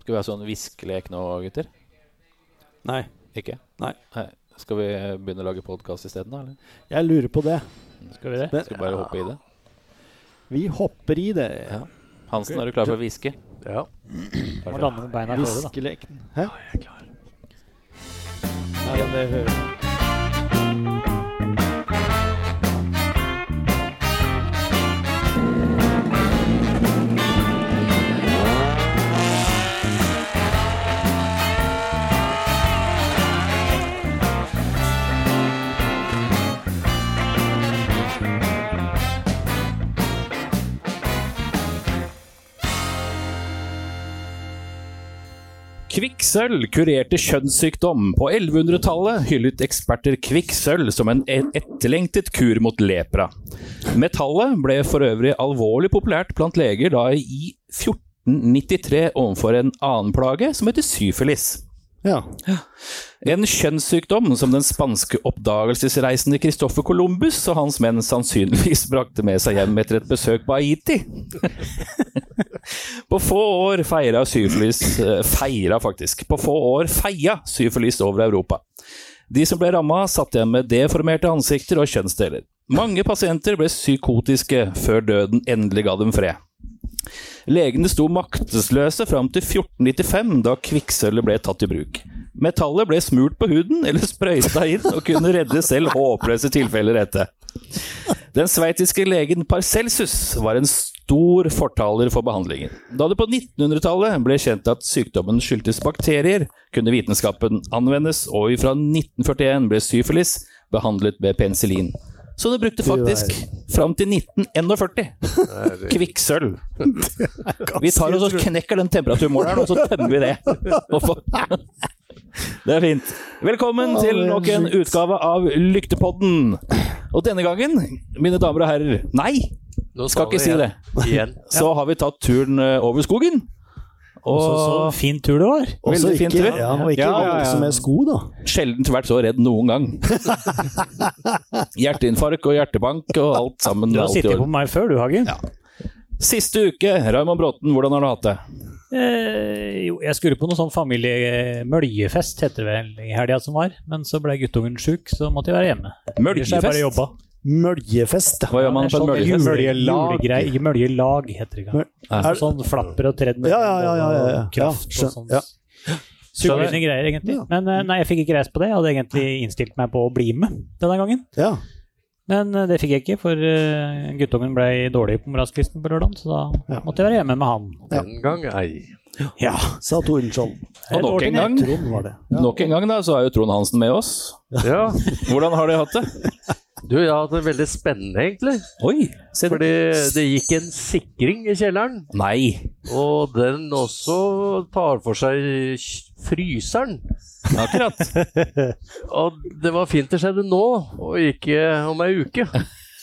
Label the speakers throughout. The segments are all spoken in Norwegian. Speaker 1: Skal vi ha sånn viskelek nå, gutter?
Speaker 2: Nei.
Speaker 1: Ikke?
Speaker 2: Nei.
Speaker 1: Skal vi begynne å lage podkast isteden, da? Eller?
Speaker 2: Jeg lurer på det.
Speaker 3: Skal vi det?
Speaker 2: Men
Speaker 1: Skal vi bare hoppe i det?
Speaker 2: vi hopper i det.
Speaker 1: Ja. Hansen, er du klar for å hviske?
Speaker 3: Ja. Må
Speaker 1: Perfekt.
Speaker 3: lande med beina føre, da.
Speaker 2: Viskeleken. Hæ?
Speaker 3: Ja, men det hører jeg.
Speaker 4: Kvikksølv kurerte kjønnssykdom. På 1100-tallet hyllet eksperter kvikksølv som en e- etterlengtet kur mot lepra. Metallet ble for øvrig alvorlig populært blant leger da i 1493 overfor en annen plage som heter syfilis.
Speaker 2: Ja.
Speaker 4: En kjønnssykdom som den spanske oppdagelsesreisende Christoffer Columbus og hans menn sannsynligvis brakte med seg hjem etter et besøk på Haiti. på få år feira syfilis eh, Feira, faktisk. På få år feia syfilis over Europa. De som ble ramma, satt igjen med deformerte ansikter og kjønnsdeler. Mange pasienter ble psykotiske før døden endelig ga dem fred. Legene sto maktesløse fram til 1495, da kvikksølvet ble tatt i bruk. Metallet ble smurt på huden eller sprøyta inn og kunne redde selv håpløse tilfeller etter. Den sveitsiske legen Parcelsus var en stor fortaler for behandlingen. Da det på 1900-tallet ble kjent at sykdommen skyldtes bakterier, kunne vitenskapen anvendes, og fra 1941 ble syfilis behandlet med penicillin. Så det brukte faktisk fram til 1941 kvikksølv. Vi tar og så knekker den temperaturmåleren, og så tømmer vi det. Og får- Det er fint. Velkommen til nok en utgave av Lyktepodden. Og denne gangen, mine damer og herrer Nei,
Speaker 5: Nå
Speaker 4: skal ikke si det.
Speaker 5: Igjen.
Speaker 4: Så har vi tatt turen eh, over skogen. Og
Speaker 3: Så, så fin tur det var.
Speaker 2: Også
Speaker 4: Veldig fint,
Speaker 2: ikke,
Speaker 4: Tor.
Speaker 2: ja, og ikke
Speaker 4: Ja, ja, ja.
Speaker 2: voldsomme sko, da.
Speaker 4: sjelden vært så redd noen gang. Hjerteinfarkt og hjertebank og alt sammen.
Speaker 3: Du har
Speaker 4: alt i
Speaker 3: sittet på
Speaker 4: orden.
Speaker 3: meg før, du, Hagen.
Speaker 4: Siste uke, Raymond Bråten, hvordan har du hatt det?
Speaker 3: Eh, jo, jeg skulle på noe sånn familiemøljefest, heter det vel, i helga som var. Men så ble guttungen sjuk, så måtte jeg være hjemme. Ellers har jeg bare
Speaker 4: Mølgefest?
Speaker 3: jobba.
Speaker 2: Møljefest.
Speaker 4: Hva gjør man på en
Speaker 3: Sånn
Speaker 4: mølgefest?
Speaker 2: Møljelag.
Speaker 3: julegrei- Møljelag heter det. Ikke?
Speaker 2: Er-
Speaker 3: Sånn flapper og tredd med
Speaker 2: Ja, ja, ja, ja, ja, ja.
Speaker 3: og kraft
Speaker 2: Ja,
Speaker 3: og sånn.
Speaker 2: skjøn- ja.
Speaker 3: Sugende greier, egentlig.
Speaker 2: Ja.
Speaker 3: Men eh, nei, jeg fikk ikke reist på det. Jeg hadde egentlig innstilt meg på å bli med denne gangen.
Speaker 2: Ja.
Speaker 3: Men eh, det fikk jeg ikke, for eh, guttungen ble dårlig på morgenskvisten på lørdag, så
Speaker 2: Ja.
Speaker 3: da måtte jeg være hjemme med han.
Speaker 5: Den gang ei.
Speaker 3: Ja,
Speaker 2: Sa Tordenskjold.
Speaker 4: Og nok en gang,
Speaker 2: Trond var det. Ja.
Speaker 4: nok en gang da, så er jo Trond Hansen med oss.
Speaker 5: Ja.
Speaker 4: Hvordan har de hatt det?
Speaker 5: Du, jeg har hatt det veldig spennende, egentlig.
Speaker 4: Oi! Se det.
Speaker 5: Fordi det gikk en sikring i kjelleren,
Speaker 4: Nei.
Speaker 5: og den også tar for seg fryseren.
Speaker 4: Akkurat.
Speaker 5: Og det var fint det skjedde nå, og ikke om ei uke.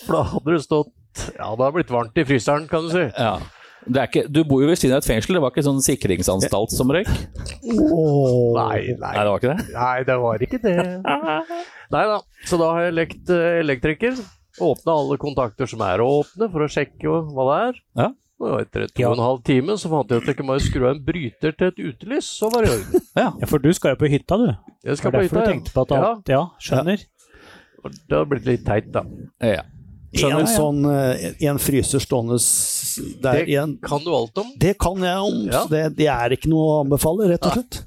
Speaker 5: For da hadde det stått Ja, det har blitt varmt i fryseren, kan du si.
Speaker 4: Ja. Det er ikke, du bor jo ved siden av et fengsel, det var ikke sånn sikringsanstalt som røyk?
Speaker 2: Åh.
Speaker 5: Nei,
Speaker 4: Nei, det var ikke det?
Speaker 5: Nei, det var ikke det. Nei da. Så da har jeg lekt eh, elektriker. Åpna alle kontakter som er åpne, for å sjekke jo hva det er.
Speaker 4: Ja.
Speaker 5: Og etter et to
Speaker 3: Ja.
Speaker 5: og en halv time så fant jeg ut at jeg kunne bare skru av en bryter til et utelys, så var det i orden.
Speaker 3: Ja, for du skal jo på hytta, du.
Speaker 5: Jeg
Speaker 3: Det
Speaker 5: skal
Speaker 3: var
Speaker 5: på
Speaker 3: derfor
Speaker 5: hytta
Speaker 3: du
Speaker 5: igjen.
Speaker 3: tenkte på at
Speaker 5: Ja,
Speaker 3: alt Ja, skjønner.
Speaker 5: og det har blitt litt teit, da.
Speaker 4: Ja.
Speaker 2: En sånn eh, en fryser stående s- der
Speaker 5: Det-
Speaker 2: igjen.
Speaker 5: Kan du alt om?
Speaker 2: Det kan jeg om,
Speaker 5: Ja.
Speaker 2: så det, det er ikke noe å anbefale, rett og slett.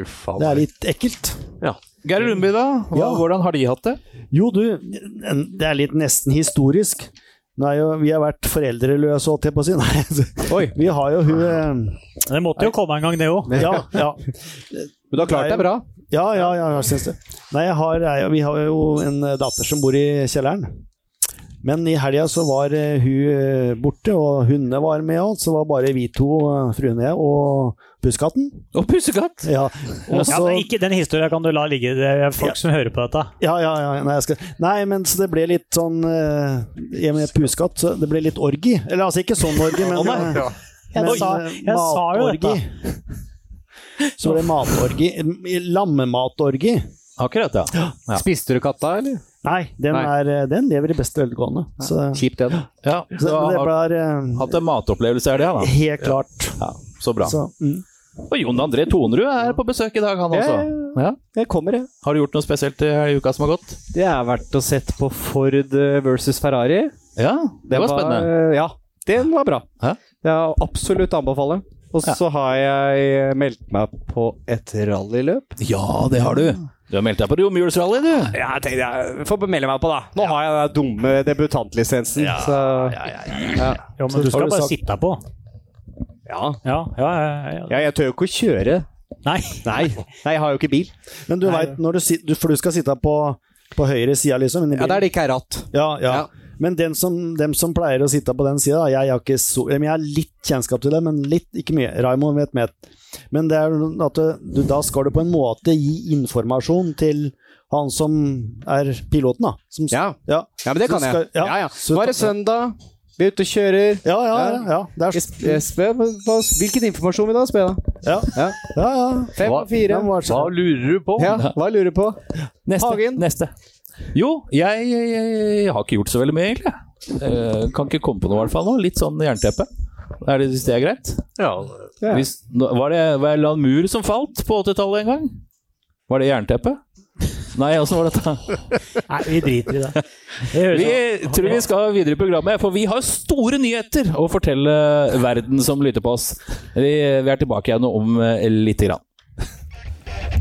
Speaker 5: Uff
Speaker 2: Det
Speaker 5: a
Speaker 2: er
Speaker 5: meg.
Speaker 2: litt ekkelt.
Speaker 4: Geir Lundby, da? Hva,
Speaker 2: Ja.
Speaker 4: Hvordan har de hatt det?
Speaker 2: Jo, du, det er litt nesten historisk. Nå er jo, vi har vært foreldreløse, holdt jeg på å si. Nei, altså,
Speaker 4: Oi,
Speaker 2: vi har jo hun eh,
Speaker 3: Men Det måtte jo komme en gang, det òg.
Speaker 2: Ja, ja.
Speaker 4: men du har klart
Speaker 2: Nei.
Speaker 4: deg bra?
Speaker 2: Ja, ja, ja, jeg syns det. Nei, jeg har, jeg, vi har jo en datter som bor i kjelleren. Men i helga så var eh, hun eh, borte, og hundene var med og alt. Så var bare vi to, eh, fruen og jeg, og buskatten.
Speaker 4: Å, pussekatt!
Speaker 2: Ja, og
Speaker 3: Ja,
Speaker 2: så,
Speaker 3: men ikke den historien kan du la ligge. Det er folk som hører på dette.
Speaker 2: ja, ja, ja, nei, jeg skal, nei, men så det ble litt sånn eh, Jeg med puskatt, så det ble litt orgi. Eller altså ikke sånn orgi, men, eh,
Speaker 3: Jeg
Speaker 2: men
Speaker 3: sa-
Speaker 2: eh,
Speaker 3: jeg sa jo dette.
Speaker 2: matorgi. Så ble det matorgi. Lammematorgi.
Speaker 4: Akkurat, ja. Ja.
Speaker 6: Spiste du katta, eller?
Speaker 2: Nei, den,
Speaker 6: Nei.
Speaker 2: Er, eh, den lever i beste velgående. Så,
Speaker 6: Kjipt, det. da.
Speaker 4: ja
Speaker 2: så
Speaker 4: så
Speaker 2: det
Speaker 4: har
Speaker 2: blir eh,
Speaker 4: hatt en matopplevelse, er det, ja, da?
Speaker 2: helt klart.
Speaker 4: Ja, så bra.
Speaker 2: Så, mm.
Speaker 4: Og Jon André Tonerud er på besøk i dag, han også. Ja.
Speaker 6: Jeg kommer, jeg.
Speaker 4: Har du gjort noe spesielt eh, i uka som har gått?
Speaker 6: Det har vært og sett på Ford eh, versus Ferrari.
Speaker 4: Ja, det var spennende.
Speaker 6: eh, Ja, den var bra.
Speaker 4: Hæ?
Speaker 6: Det er absolutt anbefale. Og så har jeg meldt meg på et rallyløp.
Speaker 4: Ja, det har du. Du har meldt deg på romjulsrally, du.
Speaker 6: Ja, jeg tenkte jeg får melde meg på, da. Nå har jeg den dumme debutantlisensen. Ja, så ja,
Speaker 3: Jo, men du
Speaker 2: har
Speaker 3: skal
Speaker 2: du
Speaker 3: bare
Speaker 2: sagt-
Speaker 3: sitte på. Ja, ja, ja, ja.
Speaker 6: jeg tør jo ikke å kjøre.
Speaker 3: Nei.
Speaker 6: Nei, Nei jeg har jo ikke bil.
Speaker 2: Men du veit når du sitter For du skal sitte på, på høyre sida, liksom? inni
Speaker 6: Ja,
Speaker 2: bilen.
Speaker 6: Der det ikke er ratt.
Speaker 2: ja, ja. Men den som, dem som pleier å sitte på den sida jeg, har ikke så- jeg har litt kjennskap til det, men litt, ikke mye. Raymond vet mer. Men det er at eh, du, da skal du på en måte gi informasjon til han som er piloten, da. Som,
Speaker 6: Ja.
Speaker 2: Ja.
Speaker 6: ja, men det
Speaker 2: Så
Speaker 6: kan jeg.
Speaker 2: skal- ja.
Speaker 6: Ja, ja.
Speaker 2: Så-
Speaker 6: Nå er det søndag. Vi er ute og kjører.
Speaker 2: Ja, ja, ja, ja. Det er,
Speaker 6: Esp- Espe, hva- Hvilken informasjon vil du ha, Espe? da?
Speaker 2: ja,
Speaker 6: Ja.
Speaker 2: ja, ja.
Speaker 6: Fem
Speaker 5: Hva-
Speaker 6: og fire.
Speaker 2: Den var
Speaker 5: Hva
Speaker 2: så-
Speaker 5: lurer du på?
Speaker 6: Ja, hva lurer du på?
Speaker 4: Neste.
Speaker 6: Hagen.
Speaker 4: Neste. Jo, jeg, jeg, jeg har ikke gjort så veldig mye, egentlig. Eh, kan ikke komme på noe, i hvert fall. nå. Litt sånn jernteppe. Er det, hvis det er greit?
Speaker 5: Ja.
Speaker 6: Ja.
Speaker 4: Hvis, nå- var det var det en eller annen mur som falt på 80-tallet en gang? Var det jernteppe? Nei, åssen var dette?
Speaker 3: Nei, vi driter i det. Det høres
Speaker 4: Vi
Speaker 3: ut
Speaker 4: tror vi skal videre i programmet, for vi har store nyheter å fortelle verden som lytter på oss. Vi, vi er tilbake igjen om eh, lite grann.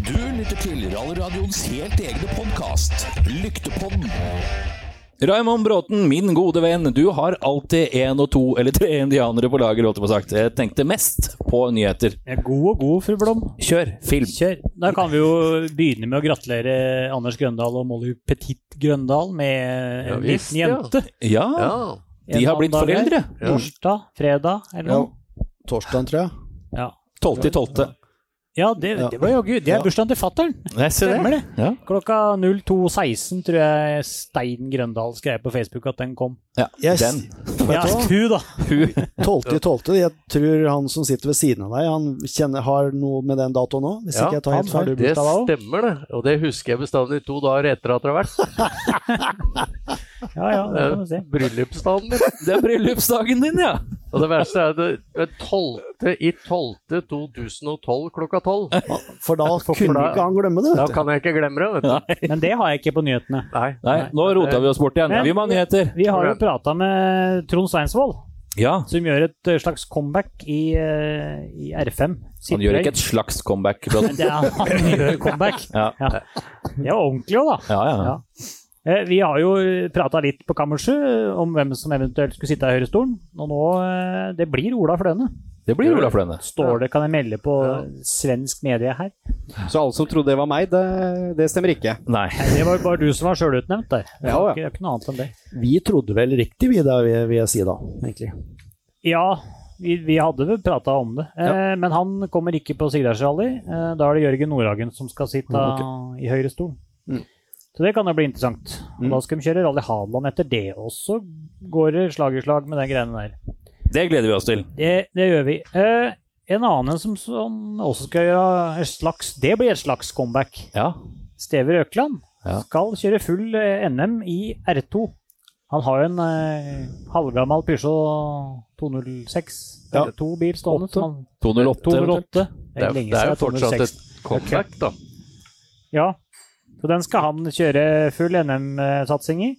Speaker 7: Du lytter til Rallradioens helt egne podkast, Lyktepodden.
Speaker 4: Raymond Bråten, min gode venn, du har alltid én og to eller tre indianere på lager, holdt jeg på å sagt. Jeg tenkte mest på nyheter.
Speaker 3: Ja, God og god, fru Blom.
Speaker 4: Kjør film.
Speaker 3: Kjør. Da kan vi jo begynne med å gratulere Anders Grøndal og Molly Petit Grøndal med
Speaker 5: Ja,
Speaker 3: en
Speaker 5: visst,
Speaker 3: liten jente.
Speaker 4: Ja,
Speaker 5: ja.
Speaker 4: de har blitt foreldre.
Speaker 3: Torsdag, fredag eller
Speaker 2: ja,
Speaker 3: noe.
Speaker 2: Torsdagen, tror jeg.
Speaker 3: Ja.
Speaker 4: 12.12.
Speaker 3: Ja, det, det var jaggu Det er bursdagen til fattern.
Speaker 4: Jeg ser
Speaker 3: Stemmer det.
Speaker 4: Ja.
Speaker 3: Klokka 02.16 tror jeg Stein Grøndal skrev på Facebook at den kom.
Speaker 4: Ja,
Speaker 2: Yes.
Speaker 4: den.
Speaker 3: Ja, ku da.
Speaker 2: 12.12. Jeg tror han som sitter ved siden av deg, han kjenner, har noe med den datoen nå Hvis
Speaker 5: Ja,
Speaker 2: ikke jeg tar helt
Speaker 5: han har-
Speaker 2: feil.
Speaker 5: Det
Speaker 2: Gustav, da også.
Speaker 5: stemmer, det. Og det husker jeg bestandig to dager etter at det har vært.
Speaker 3: Ja, ja, det kan vi se.
Speaker 5: Bryllupsdagen min.
Speaker 4: Det er bryllupsdagen din, ja.
Speaker 5: Og det verste er at det- det 12. i 12. 2012 klokka 12.
Speaker 2: For da kunne
Speaker 5: da-
Speaker 2: ikke han glemme det.
Speaker 5: Da
Speaker 2: vet du.
Speaker 5: kan jeg ikke glemme det, vet du.
Speaker 3: Men det har jeg ikke på nyhetene.
Speaker 5: Nei.
Speaker 4: Nei, nå rota vi oss bort igjen.
Speaker 3: Men-
Speaker 4: Vi må ha nyheter.
Speaker 3: Vi har jo prata med Trond Sveinsvold,
Speaker 4: Ja.
Speaker 3: som gjør et eh, slags comeback i, eh, i R5.
Speaker 4: Han gjør ikke et slags comeback. Bråten.
Speaker 3: det er, Han gjør comeback.
Speaker 4: Ja.
Speaker 3: Det var ordentlig òg, da.
Speaker 4: Ja, ja.
Speaker 3: Eh, Vi har jo prata litt på kammerset om hvem som eventuelt skulle sitte i høyrestolen. Og nå eh, Det blir Ola Fløne.
Speaker 4: Det blir Ola Fløne.
Speaker 3: Står det, kan jeg melde på svensk medie her.
Speaker 6: Så alle som trodde det var meg, det, det stemmer ikke.
Speaker 4: Nei.
Speaker 3: Nei, det var bare du som var sjølutnevnt der. Det
Speaker 6: Ja, ja.
Speaker 3: var ikke, det er ikke noe annet enn det.
Speaker 2: Vi trodde vel riktig, vi, da, vil vil jeg si da. egentlig.
Speaker 3: Ja, vi, vi hadde vel prata om det. Eh, men han kommer ikke på Sigdalsrally. Eh, da er det Jørgen Nordhagen som skal sitte
Speaker 6: Mm,
Speaker 3: i høyre stol. Så det kan jo bli interessant. Og
Speaker 6: Mm.
Speaker 3: Da skal de kjøre Rally Hadeland etter det også. Går det slag i slag med de greiene der.
Speaker 4: Det gleder vi oss til.
Speaker 3: Det, det gjør vi. Eh, en annen som, som også skal gjøre et slags Det blir et slags comeback.
Speaker 4: Ja.
Speaker 3: Stever Økland
Speaker 4: Ja.
Speaker 3: skal kjøre full eh, NM i R2. Han har jo en eh, halvgammel Peugeot 206
Speaker 2: Ja.
Speaker 3: eller 2 bil stående. som han-
Speaker 4: 208. eventuelt.
Speaker 3: 208.
Speaker 5: Det er, det er jo fortsatt et comeback, da.
Speaker 3: Ja. Så den skal han kjøre full NM-satsing i.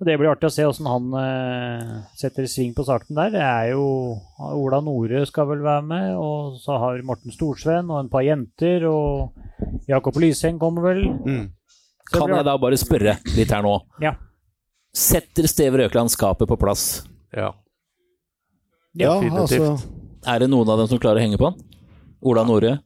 Speaker 3: Og Det blir artig å se åssen han eh, setter sving på saken der. Det er jo Ola Nore skal vel være med, og så har Morten Storsveen og en par jenter. Og Jakob Lyseng kommer vel.
Speaker 4: Kan jeg da bare spørre litt her nå?
Speaker 3: Ja.
Speaker 4: Setter Steve Røkland skapet på plass?
Speaker 5: Ja.
Speaker 2: Ja,
Speaker 5: definitivt.
Speaker 2: altså,
Speaker 4: Er det noen av dem som klarer å henge på han? Ola Nore?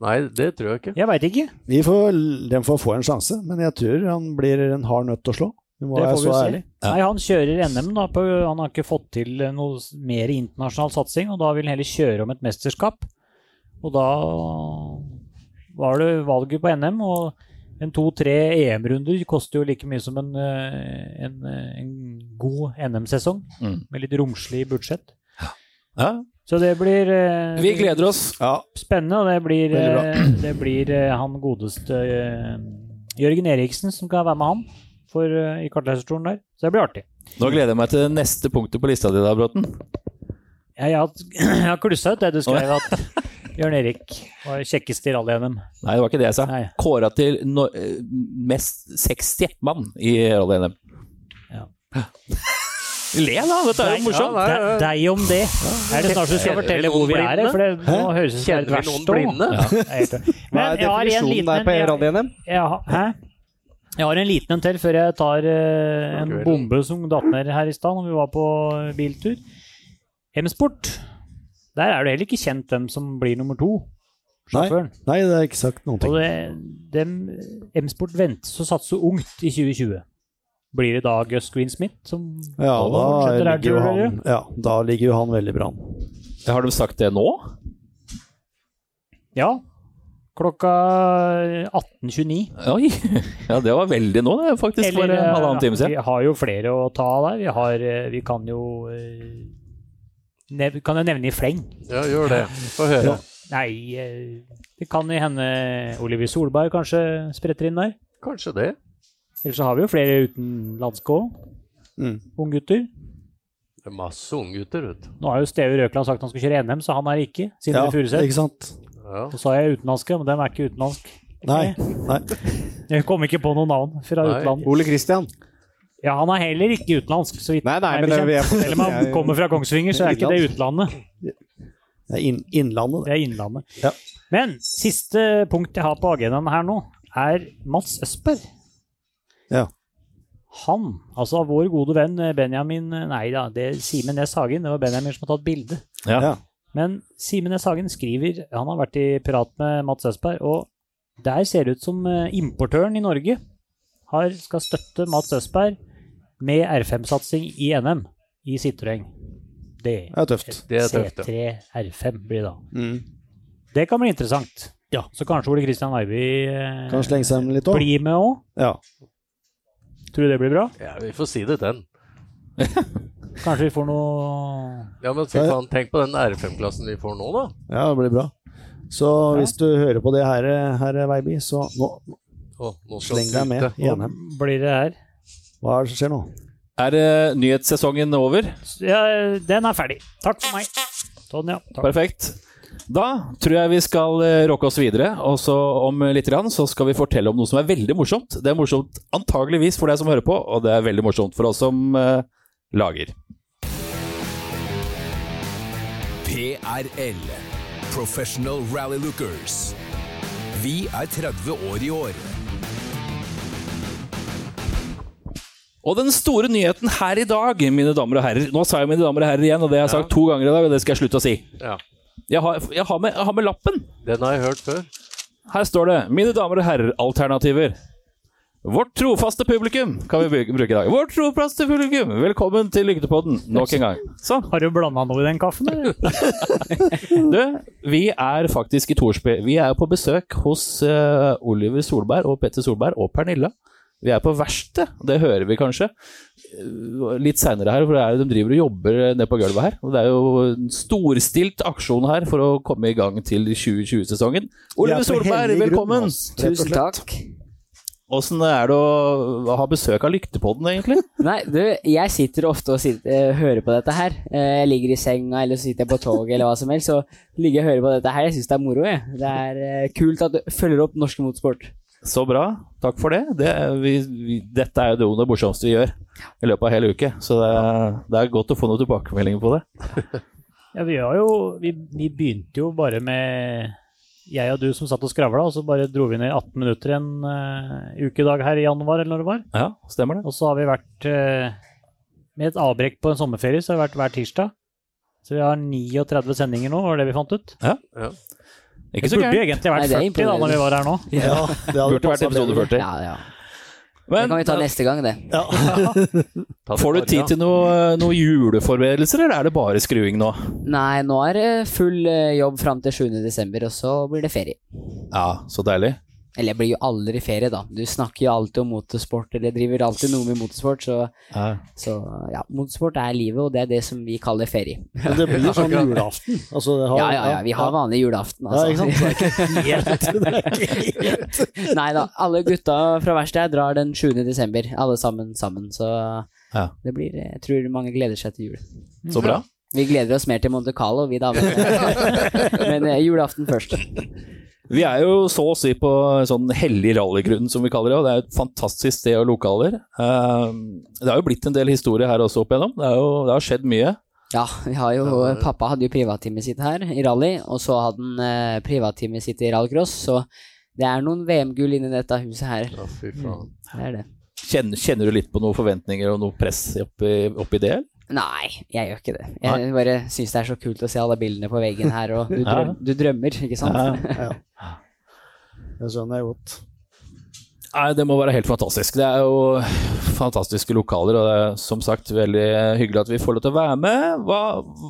Speaker 5: Nei, det tror jeg ikke.
Speaker 3: Jeg veit ikke.
Speaker 2: vi får, De får få en sjanse, men jeg tror han blir en hard nøtt å slå. Det må
Speaker 3: Det
Speaker 2: være
Speaker 3: får vi
Speaker 2: så
Speaker 3: se.
Speaker 2: ærlig.
Speaker 4: Ja.
Speaker 3: Nei, han kjører NM, da. På, han har ikke fått til eh, noe s- mer internasjonal satsing, og da vil han heller kjøre om et mesterskap. Og da var det valget på NM, og en to-tre EM-runder koster jo like mye som en, eh, en, eh, en god NM-sesong,
Speaker 4: Mm.
Speaker 3: med litt romslig budsjett.
Speaker 4: Ja.
Speaker 3: Så det blir eh,
Speaker 4: Vi gleder oss.
Speaker 3: spennende, og det blir,
Speaker 2: Veldig bra.
Speaker 3: eh, det blir eh, han godeste eh, Jørgen Eriksen som skal være med han for, eh, i kartleserstolen der. Så det blir artig.
Speaker 4: Nå gleder jeg meg til neste punktet på lista di, da, Bråten.
Speaker 3: Ja, jeg har- jeg har klussa ut det du skrev, at Jørn Erik var kjekkest i rally-NM.
Speaker 4: Nei, det var ikke det jeg sa.
Speaker 3: Nei.
Speaker 4: Kåra til no eh, mest sexy mann i rally-NM.
Speaker 3: Ja.
Speaker 4: Le, da! Dette er jo morsomt.
Speaker 5: Ja,
Speaker 3: De- Deg om det. Er det snart du skal
Speaker 5: Kjenner vi
Speaker 3: fortelle hvor vi
Speaker 5: noen
Speaker 3: er? For det nå høres ut som
Speaker 5: Kjenner
Speaker 3: et
Speaker 5: vi noen blinde?
Speaker 3: verste.
Speaker 6: Hva er definisjonen der på rally-NM?
Speaker 3: Jeg har, hæ? Jeg har en liten en til før jeg tar eh, en
Speaker 5: Ok, vel.
Speaker 3: bombe som datt ned her i stad når vi var på biltur. M-sport. Der er det heller ikke kjent hvem som blir nummer to.
Speaker 2: Nei,
Speaker 3: Sjåføren.
Speaker 2: nei, det er ikke sagt noen ting.
Speaker 3: Og det, dem, M-sport ventes å satse ungt i 2020. Blir det da Gus Greensmith som
Speaker 2: Ja, da
Speaker 3: fortsetter der,
Speaker 2: ligger jo
Speaker 3: tror dere?
Speaker 2: han, ja, da ligger jo han veldig bra an.
Speaker 4: Har de sagt det nå?
Speaker 3: Ja. Klokka 18.29.
Speaker 4: Oi! Ja, det var veldig nå, det. Faktisk for en halvannen time siden.
Speaker 3: Vi har jo flere å ta av der. Vi, har, eh, vi kan jo eh, nev Kan jeg nevne i fleng?
Speaker 5: Ja, gjør det. Få høre.
Speaker 3: Nei, eh, det kan jo hende Oliver Solberg kanskje spretter inn der.
Speaker 5: Kanskje det.
Speaker 3: Ellers så har vi jo flere utenlandske òg.
Speaker 2: Mm.
Speaker 3: Unggutter.
Speaker 5: Det er masse unggutter, vet du.
Speaker 3: Nå har jo Steve Røkland sagt han skal kjøre NM, så han er ikke. Sindre
Speaker 2: Ja,
Speaker 3: Furuseth.
Speaker 2: ikke sant?
Speaker 5: Ja.
Speaker 3: Så sa jeg utenlandske, men dem er ikke utenlandsk.
Speaker 2: Nei, nei.
Speaker 3: Jeg kom ikke på noen navn fra
Speaker 5: Nei.
Speaker 3: utlandet.
Speaker 6: Ole Kristian.
Speaker 3: Ja, han er heller ikke utenlandsk, så vidt
Speaker 6: Nei, nei,
Speaker 3: jeg er
Speaker 6: men det-
Speaker 3: bekjent.
Speaker 6: vi er
Speaker 3: Selv om han kommer fra Kongsvinger, så er ikke det utlandet.
Speaker 2: Det er inn, Innlandet, det.
Speaker 3: Det er Innlandet.
Speaker 2: Ja.
Speaker 3: Men siste punkt jeg har på agendaen her nå, er Mats Østberg.
Speaker 2: Ja.
Speaker 3: Han, altså vår gode venn Benjamin Nei da, det er Simen Næss Hagen. Det var Benjamin som har tatt bilde.
Speaker 4: Ja.
Speaker 2: Ja.
Speaker 3: Men Simen Næss Hagen skriver Han har vært i prat med Mats Østberg, og der ser det ut som eh, importøren i Norge har, skal støtte Mats Østberg med R5-satsing i NM i Citroën. Det
Speaker 2: Det er tøft.
Speaker 5: Det er tøft, ja.
Speaker 3: C3 R5 blir det da.
Speaker 2: Mm.
Speaker 3: Det kan bli interessant. Ja. Så kanskje Ole Kristian Weiby eh,
Speaker 2: Kan slenge seg med litt òg.
Speaker 3: blir med òg.
Speaker 2: Ja.
Speaker 3: Tror du det blir bra?
Speaker 5: ja. Vi får si det til den.
Speaker 3: Kanskje vi får noe
Speaker 5: Ja, men fy faen, tenk på den R5-klassen vi får nå, da.
Speaker 2: ja, det blir bra. Så hvis du hører på det her, herre Veiby, så nå,
Speaker 5: Å, nå skal
Speaker 2: sleng deg
Speaker 5: han
Speaker 2: med
Speaker 5: ut,
Speaker 2: i NM.
Speaker 3: blir det her?
Speaker 2: Hva er det som skjer nå?
Speaker 4: Er eh, nyhetssesongen over?
Speaker 3: Ja, den er ferdig. Takk for meg. Sånn, ja. Takk.
Speaker 4: Perfekt. Da tror jeg vi skal eh, rocke oss videre, og så om litt grann, så skal vi fortelle om noe som er veldig morsomt. Det er morsomt antageligvis for deg som hører på, og det er veldig morsomt for oss som eh, lager.
Speaker 7: PRL Professional Rally Lookers. Vi er 30 år i år.
Speaker 4: Og den store nyheten her i dag, mine damer og herrer Nå sa jeg mine damer og herrer igjen, og det har jeg sagt to ganger i dag, og det skal jeg slutte å si.
Speaker 5: Ja.
Speaker 4: Jeg har, jeg har, med, jeg har med lappen.
Speaker 5: Den har jeg hørt før.
Speaker 4: Her står det 'Mine damer og herrer, alternativer'. Vårt trofaste publikum kan vi bruke bruke i dag. Vårt trofaste publikum, velkommen til Lygdepodden nok en gang. Sånn.
Speaker 3: Har du blanda noe i den kaffen, eller?
Speaker 4: Du, vi er faktisk i Torsby. Vi er på besøk hos eh, Oliver Solberg og Petter Solberg og Pernilla. Vi er på verkstedet, det hører vi kanskje. Eh, Litt seinere her, for det er, jo- de driver og jobber nede på gulvet her. Og det er jo en storstilt aksjon her for å komme i gang til 2020-sesongen. Oliver Solberg, velkommen!
Speaker 8: Tusen takk.
Speaker 4: Åssen er det å ha besøk av Lyktepodden, egentlig?
Speaker 8: Nei, du, jeg sitter ofte og sitter, eh, hører på dette her. Eh, jeg ligger i senga, eller så sitter jeg på toget, eller hva som helst. Så ligger jeg og hører på dette her. Jeg syns det er moro, jeg. Det er eh, kult at du følger opp norsk motorsport.
Speaker 4: Så bra, takk for det. det er- vi, vi, dette er jo det morsomste vi gjør i løpet av en hel uke, så det er, det er godt å få noen tilbakemeldinger på det.
Speaker 3: Ja, vi har jo vi, vi begynte jo bare med jeg og du som satt og skravla, og så bare dro vi ned 18 minutter en eh, ukedag her i januar, eller når det var.
Speaker 4: Ja, stemmer det.
Speaker 3: Og så har vi vært eh, Med et avbrekk på en sommerferie, så har vi vært hver tirsdag. Så vi har 39 sendinger nå, var det vi fant ut.
Speaker 4: Ikke
Speaker 3: Det
Speaker 4: så
Speaker 3: burde jo
Speaker 4: gærent.
Speaker 3: egentlig
Speaker 8: Nei,
Speaker 3: vært
Speaker 8: det er
Speaker 3: 40 da når vi var her nå.
Speaker 2: Ja, det hadde
Speaker 4: Burde vært
Speaker 2: passet
Speaker 4: episode 40.
Speaker 2: bedre.
Speaker 8: Ja, ja. Det
Speaker 4: Men
Speaker 8: kan vi ta neste gang, det.
Speaker 5: Ta det
Speaker 4: får du
Speaker 5: bare, ja.
Speaker 4: tid til noe- noen juleforberedelser, eller er det bare skruing nå?
Speaker 8: Nei, nå er det full eh, jobb fram til 7. desember, og så blir det ferie.
Speaker 4: Ja, så deilig.
Speaker 8: Eller jeg blir jo aldri ferie, da. Du snakker jo alltid om motorsport, eller driver alltid noe med motorsport, så,
Speaker 4: Ja.
Speaker 8: så ja. Motorsport er livet, og det er det som vi kaller ferie.
Speaker 2: Men det blir sånn julaften. Altså, det har,
Speaker 8: Ja, ja, ja. Vi har vanlig julaften,
Speaker 2: Ja,
Speaker 8: altså.
Speaker 2: ikke sant? Det er ikke helt, det er ikke helt.
Speaker 8: Nei da, alle gutta fra verkstedet drar den 7. desember, alle sammen sammen. Så eh,
Speaker 4: Ja.
Speaker 8: det blir, jeg tror mange gleder seg til jul.
Speaker 4: Så bra.
Speaker 8: Vi gleder oss mer til Monte Carlo, vi damer. Men eh, julaften først.
Speaker 4: Vi er jo så å si på en sånn hellig rallygrunn, som vi kaller det. Og det er et fantastisk sted og lokaler. Eh, Det har jo blitt en del historie her også opp igjennom. Det, er jo, det har skjedd mye.
Speaker 8: Ja, vi har jo, pappa hadde jo privattimet sitt her i rally, og så hadde han eh, privattimet sitt i rallcross, så det er noen VM-gull inni dette huset her.
Speaker 5: Ja, fy faen.
Speaker 8: Det er det.
Speaker 4: Kjenner, kjenner du litt på noen forventninger og noe press oppi, oppi det? eller?
Speaker 8: Nei, jeg gjør ikke det. Jeg bare syns det er så kult å se alle bildene på veggen her, og du, drøm, du drømmer, ikke sant?
Speaker 2: Det skjønner jeg godt.
Speaker 4: Nei, det må være helt fantastisk. Det er jo fantastiske lokaler, og det er som sagt veldig hyggelig at vi får lov til å være med. Hva,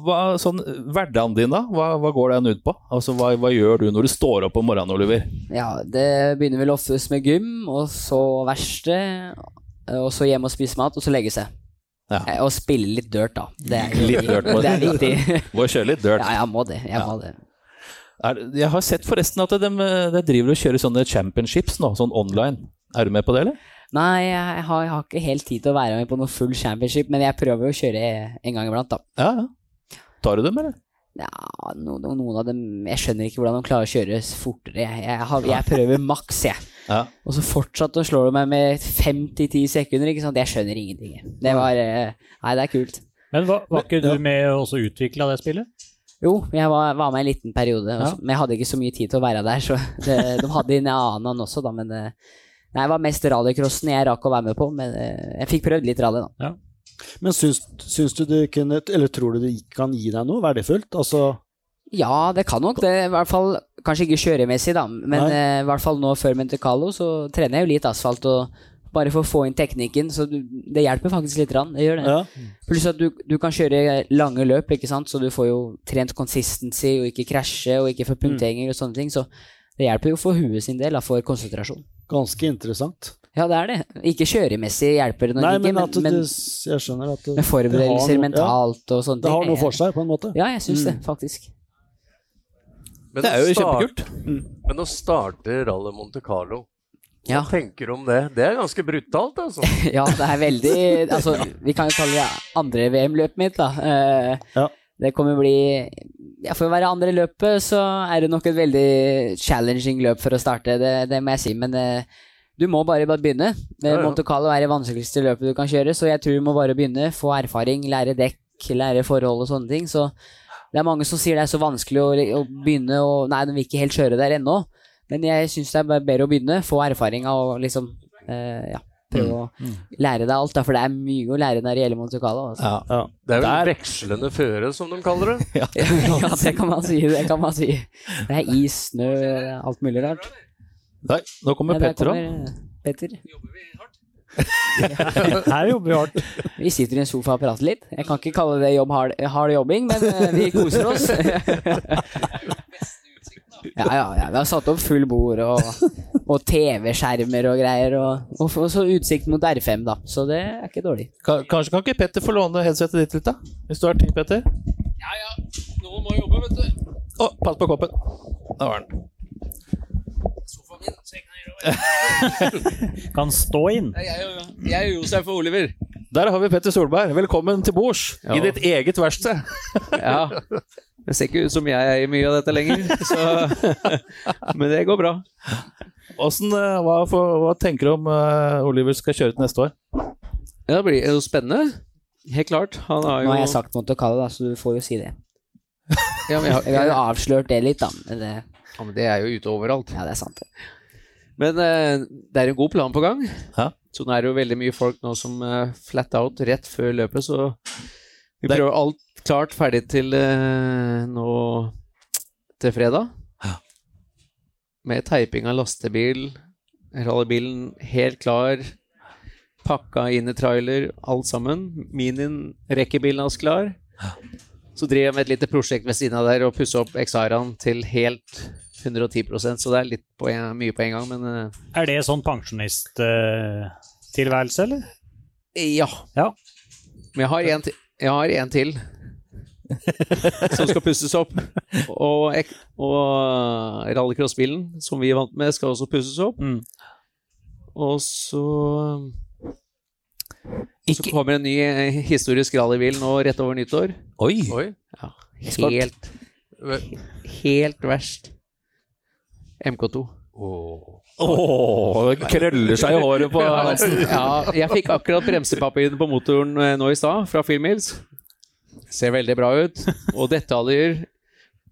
Speaker 4: hva sånn hverdagen din, da? Hva, hva går den ut på? Altså, hva, hva gjør du når du står opp om morgenen, Oliver?
Speaker 8: Ja, det begynner vel oftest med gym, og så verksted, og så hjem og spise mat, og så legge seg.
Speaker 4: Ja.
Speaker 8: Eh, Og spille litt dirt, da. Det er,
Speaker 4: Litt dirt, må du.
Speaker 8: det er viktig.
Speaker 4: Må kjøre litt dirt.
Speaker 8: Ja, jeg må det. Jeg må det.
Speaker 4: Er, jeg har sett forresten at de, de driver og kjører sånne championships nå, sånn online. Er du med på det, eller?
Speaker 8: Nei, jeg har, jeg har ikke helt tid til å være med på noe full championship, men jeg prøver jo å kjøre en gang iblant, da.
Speaker 4: Ja, ja. Tar du dem, eller?
Speaker 8: Ja, no, no, noen av dem Jeg skjønner ikke hvordan de klarer å kjøre fortere. Jeg, jeg, har, jeg prøver maks, jeg.
Speaker 4: Ja.
Speaker 8: Og så fortsatt å slå meg med 5-10 sekunder. Ikke sant? Jeg skjønner ingenting. jeg. Det var eh, Nei, det er kult.
Speaker 3: Men var, var ikke du med og også utvikla det spillet?
Speaker 8: Jo, jeg var, var med en liten periode, og så- men jeg hadde ikke så mye tid til å være der. Så det, de hadde en annen også, da, men eh, Nei, det var mest rallycrossen jeg rakk å være med på, men eh, jeg fikk prøvd litt rally, da.
Speaker 2: Men syns, syns du det kunne, eller tror du det kan gi deg noe verdifullt? Altså
Speaker 8: Ja, det kan nok det. I hvert fall kanskje ikke kjøremessig, da, men
Speaker 2: Nei.
Speaker 8: eh, i hvert fall nå før Monte Carlo så trener jeg jo litt asfalt og bare for å få inn teknikken, så du, det hjelper faktisk litt. Rann. Det gjør det.
Speaker 2: Ja.
Speaker 8: Pluss at du, du kan kjøre lange løp, ikke sant? så du får jo trent consistency og ikke krasje og ikke få punkteringer og sånne ting. Så det hjelper jo for huet sin del, da, for konsentrasjon.
Speaker 2: Ganske interessant.
Speaker 8: Ja, det er det. Ikke kjøremessig hjelper det nok
Speaker 2: Nei,
Speaker 8: ikke,
Speaker 2: men
Speaker 8: men,
Speaker 2: at du,
Speaker 8: men,
Speaker 2: jeg skjønner at det,
Speaker 8: med forberedelser
Speaker 2: det har noe-
Speaker 8: mentalt og
Speaker 2: Ja,
Speaker 8: sånne
Speaker 2: det har
Speaker 8: ting.
Speaker 2: noe for seg, Mm. på en måte.
Speaker 8: Ja, jeg syns det, faktisk.
Speaker 5: Men
Speaker 4: Det er jo
Speaker 5: å starte-
Speaker 4: kjempekult.
Speaker 5: Men å starte Rally Monte Carlo,
Speaker 8: Ja.
Speaker 5: hva tenker du om det? Det er ganske brutalt, altså.
Speaker 8: Ja, det er veldig Altså, vi kan jo kalle det andre VM-løpet mitt, da. Eh,
Speaker 2: Ja.
Speaker 8: Det kommer bli ja, For å være andre løpet, så er det nok et veldig challenging løp for å starte. Det, det må jeg si. Men eh, du må bare, bare begynne. Eh,
Speaker 5: Ja, ja.
Speaker 8: Monte Carlo er det vanskeligste løpet du kan kjøre, så jeg tror du må bare begynne. Få erfaring, lære dekk, lære forhold og sånne ting. Så det er mange som sier det er så vanskelig å, å begynne og Nei, de vil ikke helt kjøre der ennå. Men jeg syns det er bare bedre å begynne, få erfaringa og liksom eh, Ja, prøve
Speaker 5: Mm.
Speaker 8: å lære deg alt, da, for det er mye å lære når det gjelder Monte Carlo. Altså.
Speaker 4: Ja.
Speaker 5: Det er vel vekslende føre, som de kaller det.
Speaker 8: ja, det kan man si. Det kan man si. Det er is, snø, alt mulig rart.
Speaker 4: Nei, nå kommer
Speaker 8: Ja, der
Speaker 4: Petter opp.
Speaker 8: kommer, eh, Petter.
Speaker 3: Her jobber vi hardt.
Speaker 8: Vi sitter i en sofa og prater litt. Jeg kan ikke kalle det jobb hard, hard jobbing, men eh, vi koser oss. Ja, ja, ja. Vi har satt opp full bord og, og TV-skjermer og greier. Og, og, og så utsikt mot R5, da. Så det er ikke dårlig.
Speaker 4: Ka- Kanskje kan ikke Petter få låne headsetet ditt litt, da? Hvis du har tid, Petter? Ja ja, noen må jobbe, vet du. Å, pass på koppen. Da var den.
Speaker 3: Kan stå inn.
Speaker 9: Jeg er Josef og Oliver.
Speaker 4: Der har vi Petter Solberg. Velkommen til bords i ditt eget verksted.
Speaker 9: Ja. Det ser ikke ut som jeg er i mye av dette lenger, så Men det går bra.
Speaker 4: Åssen, eh, hva, for, hva tenker du om eh, Oliver skal kjøre til neste år?
Speaker 9: Ja, det blir jo spennende. Helt klart. Han har jo
Speaker 8: Nå har jeg sagt Monte Carlo, da, så du får jo si det.
Speaker 9: ja, men, jeg har,
Speaker 8: Vi har jo avslørt det litt, da. Men det,
Speaker 9: ja, men det er jo ute overalt.
Speaker 8: ja, det er sant. det.
Speaker 9: Men eh, det er en god plan på gang.
Speaker 4: Ja.
Speaker 9: Så nå er det jo veldig mye folk nå som eh, flat out rett før løpet, så vi
Speaker 4: Det-
Speaker 9: prøver alt klart ferdig til eh, nå til fredag. Med teiping av lastebil, rallybilen helt klar, pakka inn i trailer, alt sammen. Minien, rekkebilen hans klar. Så driver jeg med et lite prosjekt ved siden av der og pusser opp Exaraen til helt 110 så det er litt på en, mye på en gang, men eh,
Speaker 3: Er det sånn pensjonisttilværelse, eller?
Speaker 9: Ja.
Speaker 3: Ja.
Speaker 9: Men jeg har en, ti- jeg har en til som skal pusses opp. Og, ek- og eh, rallycrossbilen som vi vant med, Mm. skal også pusses opp.
Speaker 3: Mm.
Speaker 9: Og så eh, Så kommer en ny eh, historisk rallybil nå rett over nyttår.
Speaker 4: Oi!
Speaker 5: Oi.
Speaker 9: Helt,
Speaker 5: Ve-
Speaker 9: helt verst. MK2.
Speaker 4: Åh, det krøller seg i håret på Hansen.
Speaker 9: Ja, jeg fikk akkurat bremsepapirene på motoren eh, nå i stad, fra Filmils. Ser veldig bra ut. Og detaljer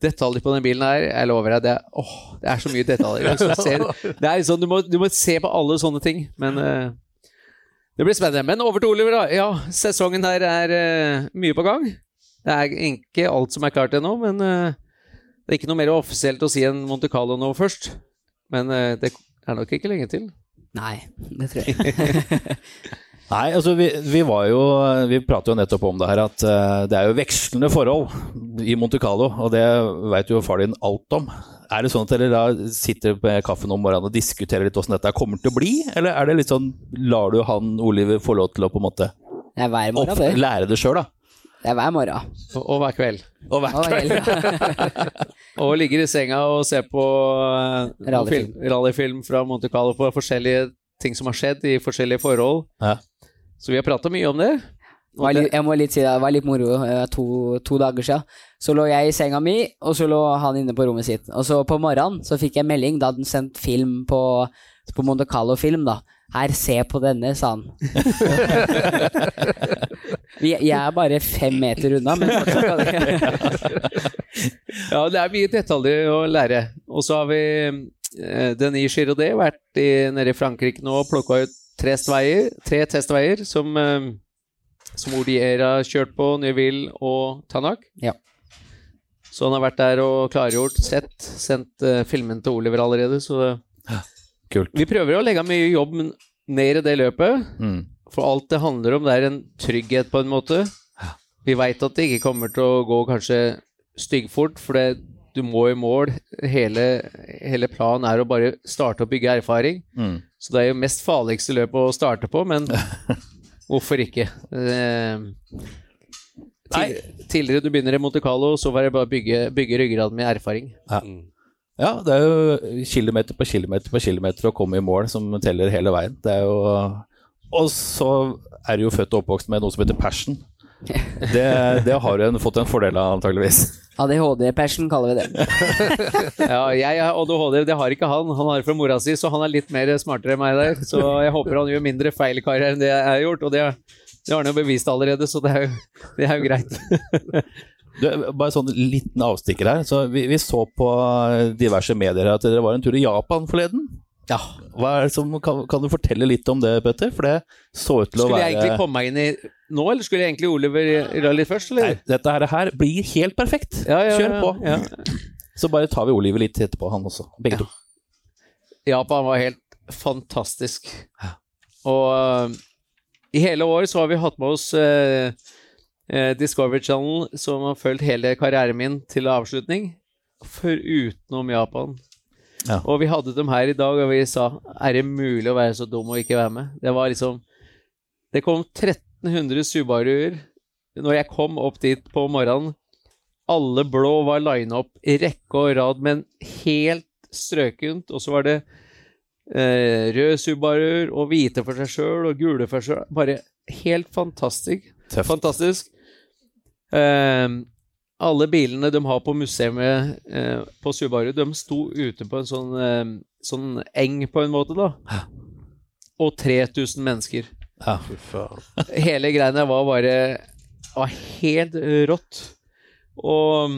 Speaker 9: Detaljer på den bilen her, jeg lover deg, det er, åh, det er så mye detaljer. Du, ser, det er sånn, du, må, du må se på alle sånne ting, men eh, det blir spennende. Men over til Oliver, da. Ja, sesongen her er eh, mye på gang. Det er ikke alt som er klart ennå, men eh, det er ikke noe mer offisielt å si enn Monte Carlo nå først. Men eh, det er nok ikke lenge til.
Speaker 8: Nei, det tror jeg.
Speaker 4: Nei, altså vi, vi var jo Vi pratet jo nettopp om det her at eh, det er jo vekslende forhold i Monte Carlo, og det veit jo far din alt om. Er det sånn at dere da sitter med kaffen om morgenen og diskuterer litt åssen dette kommer til å bli, eller er det litt sånn lar du han Oliver få lov til å på en måte
Speaker 8: Det er hver
Speaker 4: opp,
Speaker 8: morgen, det.
Speaker 4: lære det sjøl, da?
Speaker 8: Det er hver morgen.
Speaker 9: Og, og hver kveld.
Speaker 4: Og hver
Speaker 8: Ja, det
Speaker 4: kveld.
Speaker 8: gjelder.
Speaker 9: Og ligger i senga og ser på eh, noen
Speaker 8: Rallyfilm.
Speaker 9: film- rallyfilm fra Monte Carlo på forskjellige ting som har skjedd i forskjellige forhold.
Speaker 4: Ja.
Speaker 9: Så vi har prata mye om det.
Speaker 8: Det var litt- Jeg må litt si det, det var litt moro eh, to, to dager siden. Så lå jeg i senga mi, og så lå han inne på rommet sitt. Og så på morgenen så fikk jeg melding, da hadde han sendt film på, på Monte Carlo film, da. Her, se på denne, sa han. Vi- jeg er bare fem meter unna, men fortsatt var det
Speaker 9: Ja, det er mye detaljer å lære. Og så har vi eh, Denis Giraudet vært i, nede i Frankrike nå og plukka ut tre, stveier, tre testveier som, eh, som Ordiera har kjørt på, Neuville og Tanak.
Speaker 8: Ja.
Speaker 9: Så han har vært der og klargjort, sett, sendt eh, filmen til Oliver allerede, så det-
Speaker 4: Kult.
Speaker 9: Vi prøver å legge mye jobb ned i det løpet.
Speaker 4: Mm.
Speaker 9: For alt det handler om, det er en trygghet på en måte. Vi veit at det ikke kommer til å gå kanskje styggfort, for det, du må i mål. Hele, hele planen er å bare starte å bygge erfaring.
Speaker 4: Mm.
Speaker 9: Så det er jo mest farligste løpet å starte på, men hvorfor ikke? Eh,
Speaker 4: Nei.
Speaker 9: Tidligere, tidligere du begynner i Monte Carlo, så var det bare å bygge, bygge ryggraden med erfaring.
Speaker 4: Ja, det er jo kilometer på kilometer på kilometer å komme i mål som teller hele veien. Det er jo Og så er du jo født og oppvokst med noe som heter passion. Det, det har du en, fått en fordel av, antageligvis.
Speaker 8: ADHD-passion, kaller vi det.
Speaker 9: Ja, jeg har ADHD, det har ikke han. Han har det fra mora si, så han er litt mer smartere enn meg der. Så jeg håper han gjør mindre feil i karrieren enn det jeg har gjort, og det, det har han jo bevist allerede, så det er jo, det er jo greit.
Speaker 4: Du, bare sånn liten avstikker her. Så vi, vi så på diverse medier at dere var en tur i Japan forleden.
Speaker 9: Ja.
Speaker 4: Hva er det som, kan, kan du fortelle litt om det, Petter? For det så ut til å
Speaker 9: Skulle jeg egentlig
Speaker 4: være
Speaker 9: komme meg inn i nå, eller skulle jeg egentlig Oliver gjøre litt først,
Speaker 4: Nei,
Speaker 9: eller?
Speaker 4: dette her, her blir helt perfekt.
Speaker 9: Ja, ja,
Speaker 4: Kjør på.
Speaker 9: ja.
Speaker 4: Så bare tar vi Oliver litt etterpå, han også. Begge to.
Speaker 9: Japan var helt fantastisk. Og eh, i hele år så har vi hatt med oss eh, eh, Discovery Channel, som har fulgt hele karrieren min til avslutning, forutenom Japan.
Speaker 4: Ja.
Speaker 9: Og vi hadde dem her i dag, og vi sa er det mulig å være så dum og ikke være med? Det var liksom Det kom 1300 Subaruer når jeg kom opp dit på morgenen. Alle blå var lina opp i rekke og rad, men helt strøkent. Og så var det eh, røde Subaruer og hvite for seg sjøl og gule for seg sjøl. Bare helt fantastisk.
Speaker 4: Tøft.
Speaker 9: Fantastisk. Ehm, alle bilene de har på museet eh, på Subaru, de sto ute på en sånn, eh, sånn eng, på en måte, da. Og 3000 mennesker.
Speaker 4: Ja.
Speaker 9: Hele greiene var bare var helt rått. Og um,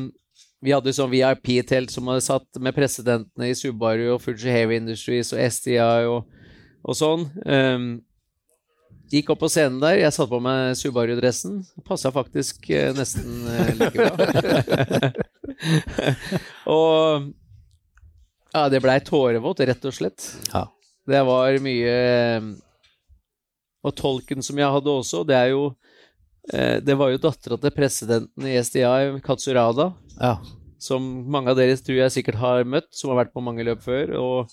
Speaker 9: vi hadde sånn VIP-telt som hadde satt med presidentene i Subaru og Fuji Heavy Industries og SDI og, og sånn. Ehm, gikk opp på scenen der. Jeg satte på meg Subaru-dressen. Passa faktisk eh, nesten eh, like bra. og ja, det blei tårevått, rett og slett.
Speaker 4: Ja.
Speaker 9: Det var mye eh, Og tolken som jeg hadde også, det er jo eh, Det var jo dattera til presidenten i SDI, Katsurada
Speaker 4: Ja.
Speaker 9: som mange av dere tror jeg sikkert har møtt, som har vært på mange løp før. Og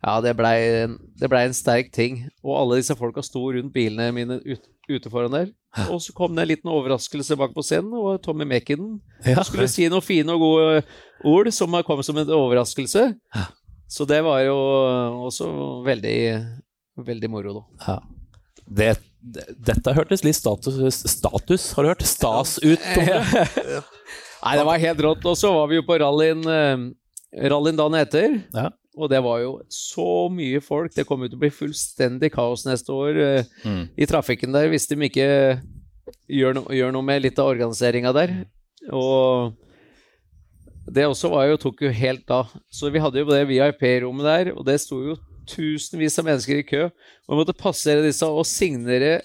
Speaker 9: ja, det blei en, det ble en sterk ting. Og alle disse folka sto rundt bilene mine ut, ute foran der. Og så kom det en liten overraskelse bak på scenen, og Tommy Mekkinen
Speaker 4: Ja.
Speaker 9: skulle si noen fine og gode ord som har kommet som en overraskelse. Så det var jo også veldig, veldig moro, da.
Speaker 4: Ja. Det Dette hørtes litt status, status har du hørt? Stas ut. Tom.
Speaker 9: Nei, det var helt rått. Og så var vi jo på rallyen, eh, rallyen dagen etter.
Speaker 4: Ja.
Speaker 9: Og det var jo så mye folk. Det kommer jo til å bli fullstendig kaos neste år eh,
Speaker 1: Mm.
Speaker 9: i trafikken der hvis de ikke gjør, no gjør noe med litt av organiseringa der. Og det også var jo, tok jo helt av. Så vi hadde jo det VIP-rommet der, og det sto jo tusenvis av mennesker i kø. Og vi måtte passere disse og signere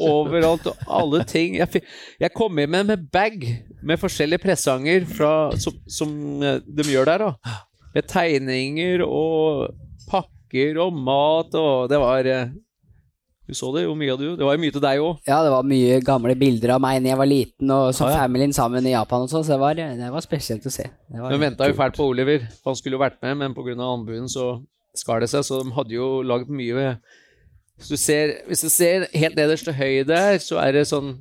Speaker 9: overalt og alle ting. Jeg, fi- jeg kom hjem med en bag med forskjellige presanger fra, som, som eh, de gjør der, da. Med tegninger og pakker og mat og Det var eh, Du så det, hvor mye hadde du? Det var jo mye til deg òg.
Speaker 8: Ja, det var mye gamle bilder av meg da jeg var liten, og så
Speaker 4: Ah, ja.
Speaker 8: familien sammen i Japan og sånn, så det var, det var spesielt å se. Det var,
Speaker 9: De venta jo fælt på Oliver. Han skulle jo vært med, men pga. anbuden så skar det seg. Så de hadde jo lagd mye ved Hvis du ser, hvis du ser helt nederst til høyre der, så er det sånn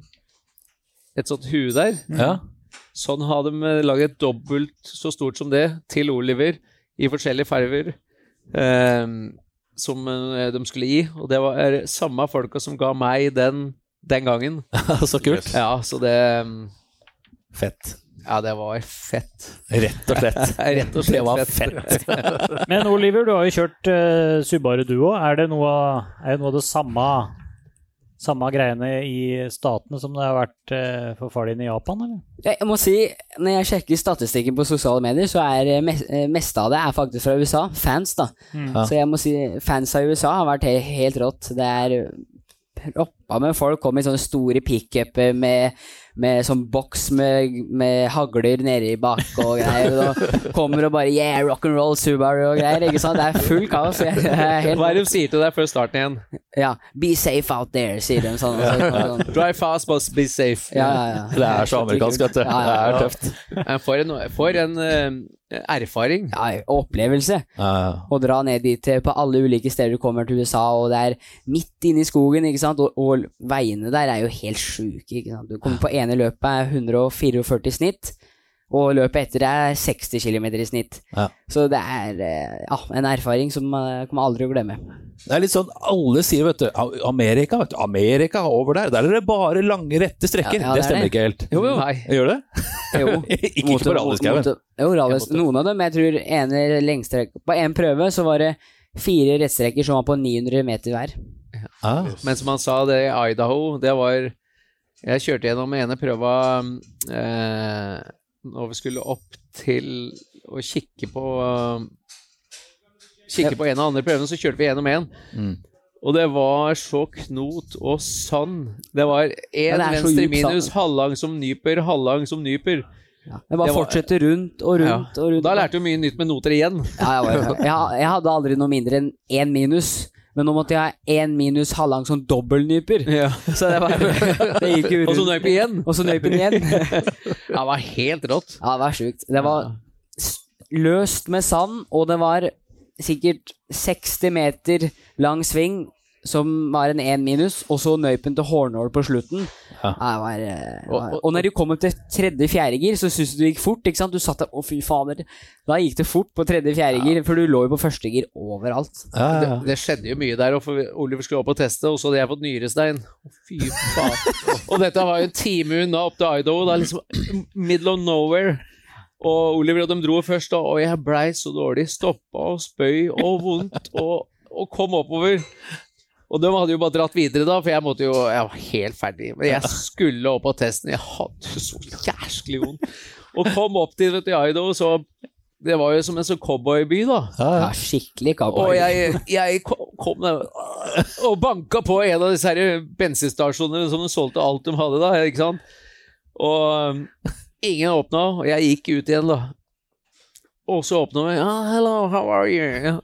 Speaker 9: et sånt hue der.
Speaker 4: Ja.
Speaker 9: Sånn har de eh, laget dobbelt så stort som det til Oliver i forskjellige farger. ehm, som eh, de skulle gi. Og det var er samme folka som ga meg den den gangen.
Speaker 4: så kult.
Speaker 9: Ja, så det mm,
Speaker 4: Fett.
Speaker 9: Ja, det var fett.
Speaker 4: Rett og slett.
Speaker 9: Rett og slett
Speaker 4: Det var
Speaker 3: Men Oliver, du har jo kjørt eh, Subaru du òg. Er det noe av, er det noe av det samme samme greiene i statene som det har vært eh, for far din i Japan, eller?
Speaker 8: Jeg jeg må si, når jeg sjekker statistikken på sosiale medier, så er eh, mes- eh, meste av det er faktisk fra USA. Fans, da.
Speaker 1: Ja.
Speaker 8: Så jeg må si, fans av USA har vært he helt rått. Det er eh, proppa med folk. Kommer i sånne store pickuper med, med sånn boks med, med hagler nedi bak og greier. Og kommer og bare Yeah, rock'n'roll, Subaru og greier. Ikke sant? Det er full kaos. Jeg, jeg er
Speaker 9: Hva er det
Speaker 8: helt,
Speaker 9: de sier til deg før starten igjen?
Speaker 8: ja, Be safe out there, sier de sånn. og så kommer det sånn.
Speaker 9: Drive fast, but be safe.
Speaker 8: Ja, ja, ja.
Speaker 4: Det er så amerikansk, vet du.
Speaker 8: Ja,
Speaker 4: Det
Speaker 8: ja,
Speaker 4: er
Speaker 8: ja.
Speaker 4: tøft.
Speaker 9: Eh, For en, for en eh, erfaring.
Speaker 8: Ja, opplevelse. Å dra ned dit eh, på alle ulike steder du kommer til USA, og det er midt inne i skogen, ikke sant, og, og veiene der er jo helt sjuke, ikke sant. Du kommer på ene løpet er 144 i snitt, og løpet etter er 60 km i snitt.
Speaker 4: Ja.
Speaker 8: Så det er eh, ja, en erfaring som eh, kommer aldri å glemme.
Speaker 4: Det er litt sånn alle sier, vet du. "A- Amerika, vet du. Amerika over der. Der er det bare lange, rette strekker.
Speaker 8: Ja, ja,
Speaker 4: det
Speaker 8: det er
Speaker 4: stemmer
Speaker 8: det.
Speaker 4: ikke helt.
Speaker 9: Jo, jo.
Speaker 4: Gjør det?
Speaker 8: Jo.
Speaker 4: ikke ikke på Ralleskauen.
Speaker 8: mot- Jo, Rallis,
Speaker 4: Jeg måtte-
Speaker 8: noen av dem. Jeg tror ene lengstrekk På en prøve så var det fire rettstrekker som var på 900 meter hver.
Speaker 4: Ah,
Speaker 9: Men som han sa, det i Idaho, det var Jeg kjørte gjennom ene prøva eh, når vi skulle opp til å kikke på Kikke på en av de andre prøvene, så kjørte vi gjennom én.
Speaker 4: Mm.
Speaker 9: Og det var så knot og sand. Det var
Speaker 8: Ja,
Speaker 9: én
Speaker 8: det er så
Speaker 9: venstre
Speaker 8: djup
Speaker 9: minus,
Speaker 8: sand.
Speaker 9: halvlang som nyper, halvlang som nyper.
Speaker 8: Ja. Det bare
Speaker 9: Det var-
Speaker 8: fortsetter rundt og
Speaker 9: Ja.
Speaker 8: rundt og rundt.
Speaker 9: Da lærte du mye nytt med noter igjen.
Speaker 8: Ja, jeg, var, jeg, jeg hadde aldri noe mindre enn én minus. Men nå måtte jeg ha én minus halvlang som dobbeltnyper. Så det, var, det gikk jo
Speaker 9: Og så
Speaker 8: rundt.
Speaker 9: nøyper igjen.
Speaker 8: Og så nøyp den igjen.
Speaker 9: Ja, det var helt rått.
Speaker 8: Ja, det var sjukt. Det var s- løst med sand, og det var sikkert 60 meter lang sving som var en én minus, og så nøyp den til hårnål på slutten.
Speaker 4: Ja.
Speaker 8: Ja, det var, eh,
Speaker 9: Og- og-
Speaker 8: og når du kom opp til tredje-fjerde gir, så syntes du det gikk fort. ikke sant? Du satt der, å fy fader. Da gikk det fort på tredje-fjerde gir, for du lå jo på første gir overalt.
Speaker 4: ja, ja,
Speaker 9: Det,
Speaker 4: ja.
Speaker 9: det skjedde jo mye der, og for Oliver skulle opp og teste, og så hadde jeg fått nyrestein. Å, Fy faen. og dette var jo en time unna opp til Idaho, da liksom middle of nowhere. Og Oliver og dem dro først, da, og jeg blei så dårlig. Stoppa og spøy og vondt, og, og kom oppover. Og de hadde jo bare dratt videre, da, for jeg måtte jo Jeg var helt ferdig. Men jeg skulle opp på testen. Jeg hadde jo så jæsklig vondt. Og kom opp dit vet du, i Idaho, så Det var jo som en sånn cowboyby, da.
Speaker 8: Ja, skikkelig
Speaker 9: Og
Speaker 8: cowboy.
Speaker 9: jeg, jeg ko- kom der og banka på en av disse her bensinstasjonene som de solgte alt de hadde da, ikke sant? Og um, ingen åpna, og jeg gikk ut igjen, da. Og så åpna vi. Ah, hello, how are you? Ja.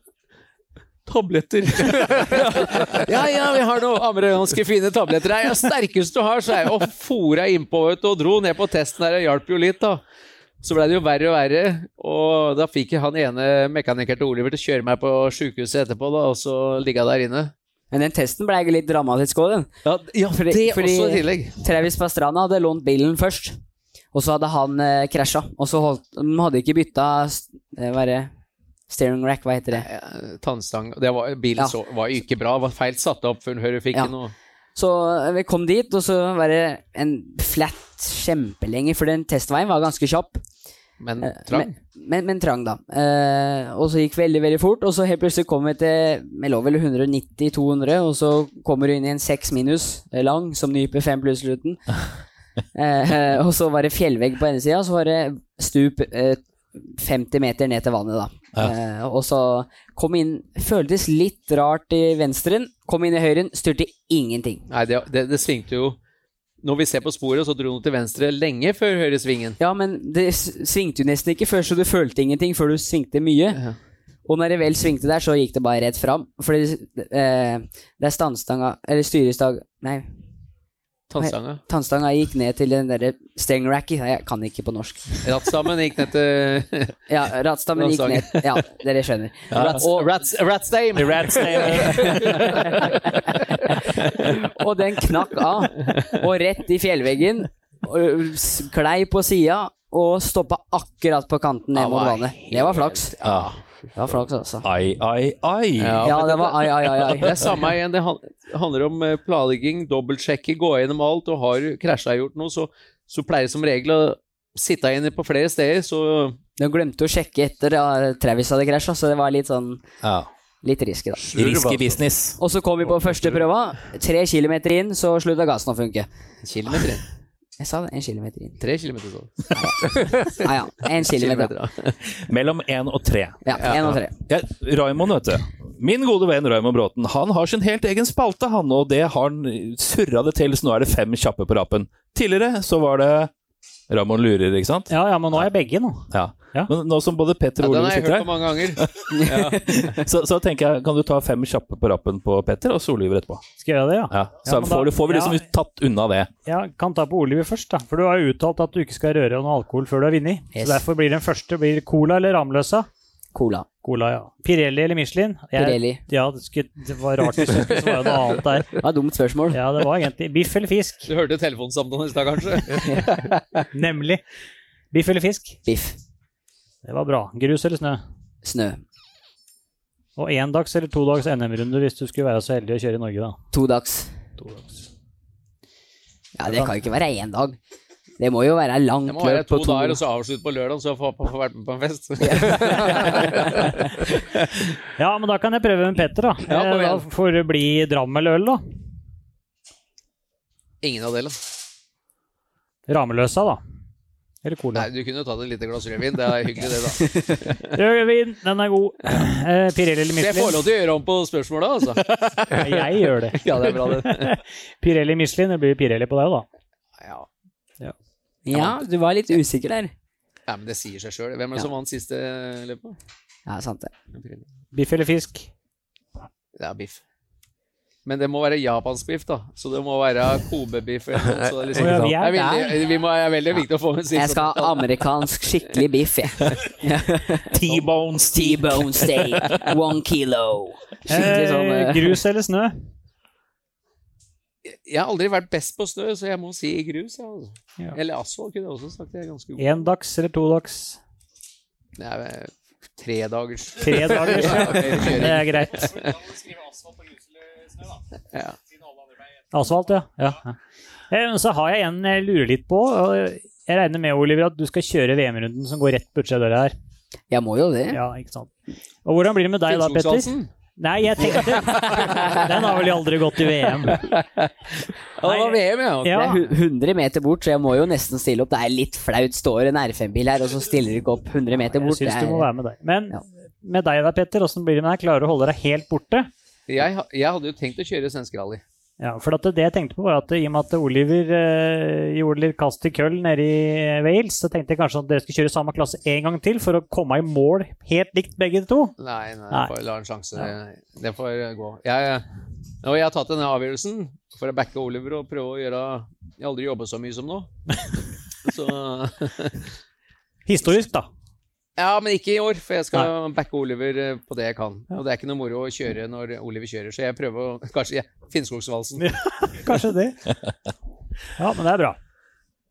Speaker 9: Tabletter. ja, ja, vi har noen amerikanske fine tabletter her. Ja, sterkeste du har, sa jeg. Og fora innpå vet du, og dro ned på testen her. Det hjalp jo litt, da. Så ble det jo verre og verre, og da fikk jeg han ene mekanikeren til Oliver til å kjøre meg på sjukehuset etterpå, da, og så ligge jeg der inne.
Speaker 8: Men den testen ble litt dramatisk òg, den.
Speaker 9: Ja,
Speaker 8: fordi-
Speaker 9: det
Speaker 8: fordi-
Speaker 9: også i tillegg.
Speaker 8: Travis Pastrana hadde lånt bilen først, og så hadde han eh, krasja. Og så holdt, de hadde ikke bytta s- eh, hva er det? steering rack, hva heter det.
Speaker 9: Eh, Tannstang Det var, bilen
Speaker 8: Ja.
Speaker 9: så, var jo ikke bra, var feil satt opp før hun fikk
Speaker 8: Ja.
Speaker 9: den. og-
Speaker 8: Så eh, vi kom dit, og så var det en flat kjempelenge, for den testveien var ganske kjapp.
Speaker 9: Men
Speaker 8: Eh,
Speaker 9: trang.
Speaker 8: Men, men, men trang, da. Eh, og så gikk veldig, veldig fort, og så helt plutselig kom vi til vi lå vel 190-200, og så kommer du inn i en 6 minus eh, lang som nyper 5 pluss-slutten. Eh, og så var det fjellvegg på ene sida, og så var det stup eh, 50 meter ned til vannet, da. Eh, og så kom inn Føltes litt rart i venstren, kom inn i høyren, styrte ingenting.
Speaker 9: Nei, det, det, det svingte jo Når vi ser på sporet, så dro den til venstre lenge før høyresvingen.
Speaker 8: Ja, men det s- svingte jo nesten ikke før, så du følte ingenting før du svingte mye.
Speaker 9: Ja.
Speaker 8: Og når det vel svingte der, så gikk det bare rett fram. Fordi eh, det er standstanga Eller styrestang... Nei,
Speaker 9: Tannstanga.
Speaker 8: tannstanga gikk ned til den derre stengracky. Nei, Jeg kan ikke på norsk.
Speaker 9: Rattstammen gikk ned til
Speaker 8: Ja, rattstammen gikk
Speaker 9: Tannstanga.
Speaker 8: ned. Ja, dere skjønner.
Speaker 9: Rats, rats, Ratstame!
Speaker 8: Og den knakk av, og rett i fjellveggen. og s- Klei på sida og stoppa akkurat på kanten
Speaker 9: Ah,
Speaker 8: ned mot vannet. Det var flaks.
Speaker 4: Ja.
Speaker 8: Det var flaks, altså.
Speaker 4: Ai, ai, ai.
Speaker 8: Ja,
Speaker 9: men
Speaker 8: det var ai, ai, ai. ai.
Speaker 9: Det er samme igjen. Det han- handler om eh, planlegging, dobbeltsjekke, gå gjennom alt. Og har du krasja og gjort noe, så, så pleier det som regel å sitte inne på flere steder, så
Speaker 8: De glemte å sjekke etter da Travis hadde krasja, så det var litt sånn
Speaker 4: Ja.
Speaker 8: Litt risky, da.
Speaker 4: Risky business.
Speaker 8: Og så kom vi på første prøva. Tre kilometer inn, så slutta gassen å funke.
Speaker 9: en kilometer inn.
Speaker 8: Jeg sa det, en kilometer inn.
Speaker 9: Tre kilometer sånn.
Speaker 8: Ja ja, en kilometer.
Speaker 9: Kilometer, ja.
Speaker 4: Mellom én og tre.
Speaker 8: Ja, en og tre.
Speaker 4: Ja, Raymond, vet du. Min gode venn Raymond Bråten. Han har sin helt egen spalte, han, og det har han surra det til, så nå er det fem kjappe på rappen. Tidligere så var det Raymond lurer, ikke sant?
Speaker 3: Ja, ja, men nå er jeg begge nå.
Speaker 4: Ja.
Speaker 3: Ja.
Speaker 4: Men nå som både Petter
Speaker 9: Ja,
Speaker 4: og
Speaker 9: den
Speaker 4: Oliver
Speaker 9: har jeg
Speaker 4: sitter
Speaker 9: hørt på
Speaker 4: her,
Speaker 9: mange ganger.
Speaker 4: så, så tenker jeg, kan du ta fem kjappe på rappen på Petter og Soliver etterpå?
Speaker 3: Skal jeg gjøre det, ja?
Speaker 4: Ja. Så
Speaker 3: Ja, men da-
Speaker 4: får, du, får vi liksom
Speaker 3: ja.
Speaker 4: tatt unna det.
Speaker 3: Ja, kan ta på Oliver først, da. For du har jo uttalt at du ikke skal røre noe alkohol før du har vunnet.
Speaker 8: Yes.
Speaker 3: Så derfor blir den første blir cola eller Ramløsa.
Speaker 8: Cola.
Speaker 3: Cola, ja. Pirelli eller Michelin? Jeg-
Speaker 8: Pirelli.
Speaker 3: Ja, det, skulle, det var rart hvis jeg skulle svare noe annet der.
Speaker 8: Det var et dumt spørsmål.
Speaker 3: Ja, det var egentlig biff eller fisk.
Speaker 9: Du hørte telefonsamtalen i stad, kanskje?
Speaker 3: Nemlig. Biff eller fisk?
Speaker 8: Biff.
Speaker 3: Det var bra. Grus eller snø?
Speaker 8: Snø.
Speaker 3: Og endags eller todags NM-runde hvis du skulle være så heldig å kjøre i Norge, da.
Speaker 8: To dags. Ja, det kan jo ikke være én dag. Det må jo være langt
Speaker 9: Det må være
Speaker 8: løp på
Speaker 9: to
Speaker 8: to
Speaker 9: dager, og så avslutte på lørdag, så får jeg få vært med på en fest.
Speaker 3: Ja, men da kan jeg prøve med Petter, da.
Speaker 9: Ja,
Speaker 3: Eh,
Speaker 9: kom
Speaker 3: da
Speaker 9: igjen.
Speaker 3: får det bli Drammeløl, da.
Speaker 9: Ingen av delene.
Speaker 3: Rameløsa, da. Eller cola.
Speaker 9: Nei, du kunne jo tatt et lite glass rødvin. Det er hyggelig, det, da.
Speaker 3: Rødvin, den er god. Eh, Pirelli eller
Speaker 9: Så jeg får
Speaker 3: Michelin?
Speaker 9: lov til å gjøre om på spørsmåla, altså.
Speaker 3: Jeg gjør det.
Speaker 9: Ja, det er bra, det.
Speaker 3: Pirelli Michelin, det blir Pirelli på deg, da.
Speaker 9: Ja.
Speaker 8: Ja, du var litt usikker der.
Speaker 9: Nei, men det sier seg sjøl. Hvem er det som vant siste løpet?
Speaker 8: Ja, sant det.
Speaker 3: Biff eller fisk?
Speaker 9: Det er biff. Men det må være japansk biff, da. Så det må være kobebiff. eller noe, så det
Speaker 3: Å,
Speaker 9: er Liksom,
Speaker 3: ja, vi er
Speaker 9: Det er veldig, vi må, det er sånn- veldig viktig å få med siste.
Speaker 8: Jeg skal ha amerikansk skikkelig biff, jeg.
Speaker 4: T-bone,
Speaker 8: T-bone steak, one kilo. Skikkelig sånn
Speaker 3: Eh,
Speaker 8: eh,
Speaker 3: grus eller snø?
Speaker 9: Jeg har aldri vært best på snø, så jeg må si grus. Ja. altså.
Speaker 3: Ja.
Speaker 9: Eller asfalt kunne jeg også sagt. Jeg er ganske god.
Speaker 3: Endags eller todags?
Speaker 9: Det er eh, tre dagers
Speaker 3: Tre dager,
Speaker 9: Ja,
Speaker 3: ja.
Speaker 9: mer
Speaker 3: Det
Speaker 9: kjøring.
Speaker 3: er greit.
Speaker 9: Ja.
Speaker 3: Asfalt, ja. ja. ja. Eh, Så har jeg en jeg lurer litt på. og Jeg regner med, Oliver, at du skal kjøre VM-runden som går rett borti døra her.
Speaker 8: Jeg må jo det.
Speaker 3: Ja, ikke sant. Og hvordan blir det med deg da, Petter?
Speaker 9: Finnskogsdansen?
Speaker 3: Nei, jeg tenkte Den har vel aldri gått i VM?
Speaker 9: Ja, det var VM, ja.
Speaker 3: Ja.
Speaker 8: Det er hu- 100 meter bort, så jeg må jo nesten stille opp. Det er litt flaut. Står en R5-bil her, og så stiller du ikke opp 100 meter
Speaker 3: Jeg
Speaker 8: bort.
Speaker 3: syns du må
Speaker 8: Det er,
Speaker 3: være med deg. Men
Speaker 8: Ja.
Speaker 3: med deg da, Petter, åssen blir det med deg? Klarer du å holde deg helt borte?
Speaker 9: Jeg, ha- jeg hadde jo tenkt å kjøre svenskerally.
Speaker 3: Ja, for at det jeg tenkte på var at i og med at Oliver eh, gjorde litt kast til køll nede i Wales, så tenkte jeg kanskje at dere skulle kjøre samme klasse en gang til for å komme i mål helt likt begge to.
Speaker 9: Nei, nei,
Speaker 3: Nei.
Speaker 9: Får la en sjanse.
Speaker 3: Ja.
Speaker 9: Det får gå. Jeg, og jeg har tatt denne avgjørelsen for å backe Oliver og prøve å gjøre Jeg har aldri jobbet så mye som nå. Så
Speaker 3: Historisk, da.
Speaker 9: Ja, men ikke i år, for jeg skal backe Oliver eh, på det jeg kan. Og det er ikke noe moro å kjøre når Oliver kjører, så jeg prøver å Kanskje jeg- Finnskogsvalsen.
Speaker 3: Kanskje det. Ja, men det er bra.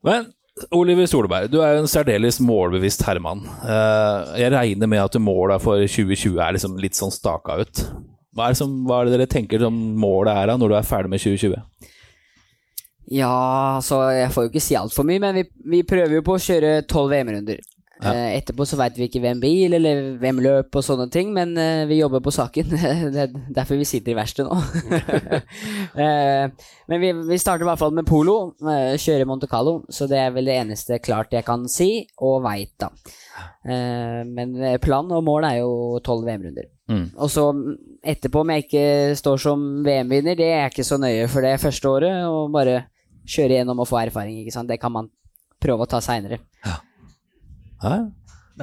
Speaker 4: Men Oliver Solberg, du er jo en særdeles målbevisst herremann. Eh, jeg regner med at måla for 2020 er liksom litt sånn staka ut. Hva er, det som, hva er det dere tenker som målet er da, når du er ferdig med 2020?
Speaker 8: Ja, altså, jeg får jo ikke si altfor mye, men vi, vi prøver jo på å kjøre tolv VM-runder.
Speaker 1: Ja.
Speaker 8: Eh, etterpå så veit vi ikke hvem bil eller hvem løp og sånne ting, men eh, vi jobber på saken. det er derfor vi sitter i verkstedet nå. eh, men vi, vi starter i hvert fall med polo. Eh, kjøre Monte Carlo, så det er vel det eneste klart jeg kan si og veit, da. Eh, men eh, plan og mål er jo tolv VM-runder.
Speaker 1: Mm.
Speaker 8: Og så mm, etterpå, om jeg ikke står som VM-vinner, det er jeg ikke så nøye for det første året. Og bare kjøre gjennom og få erfaring, ikke sant. Det kan man prøve å ta seinere.
Speaker 1: Hæ?
Speaker 3: Men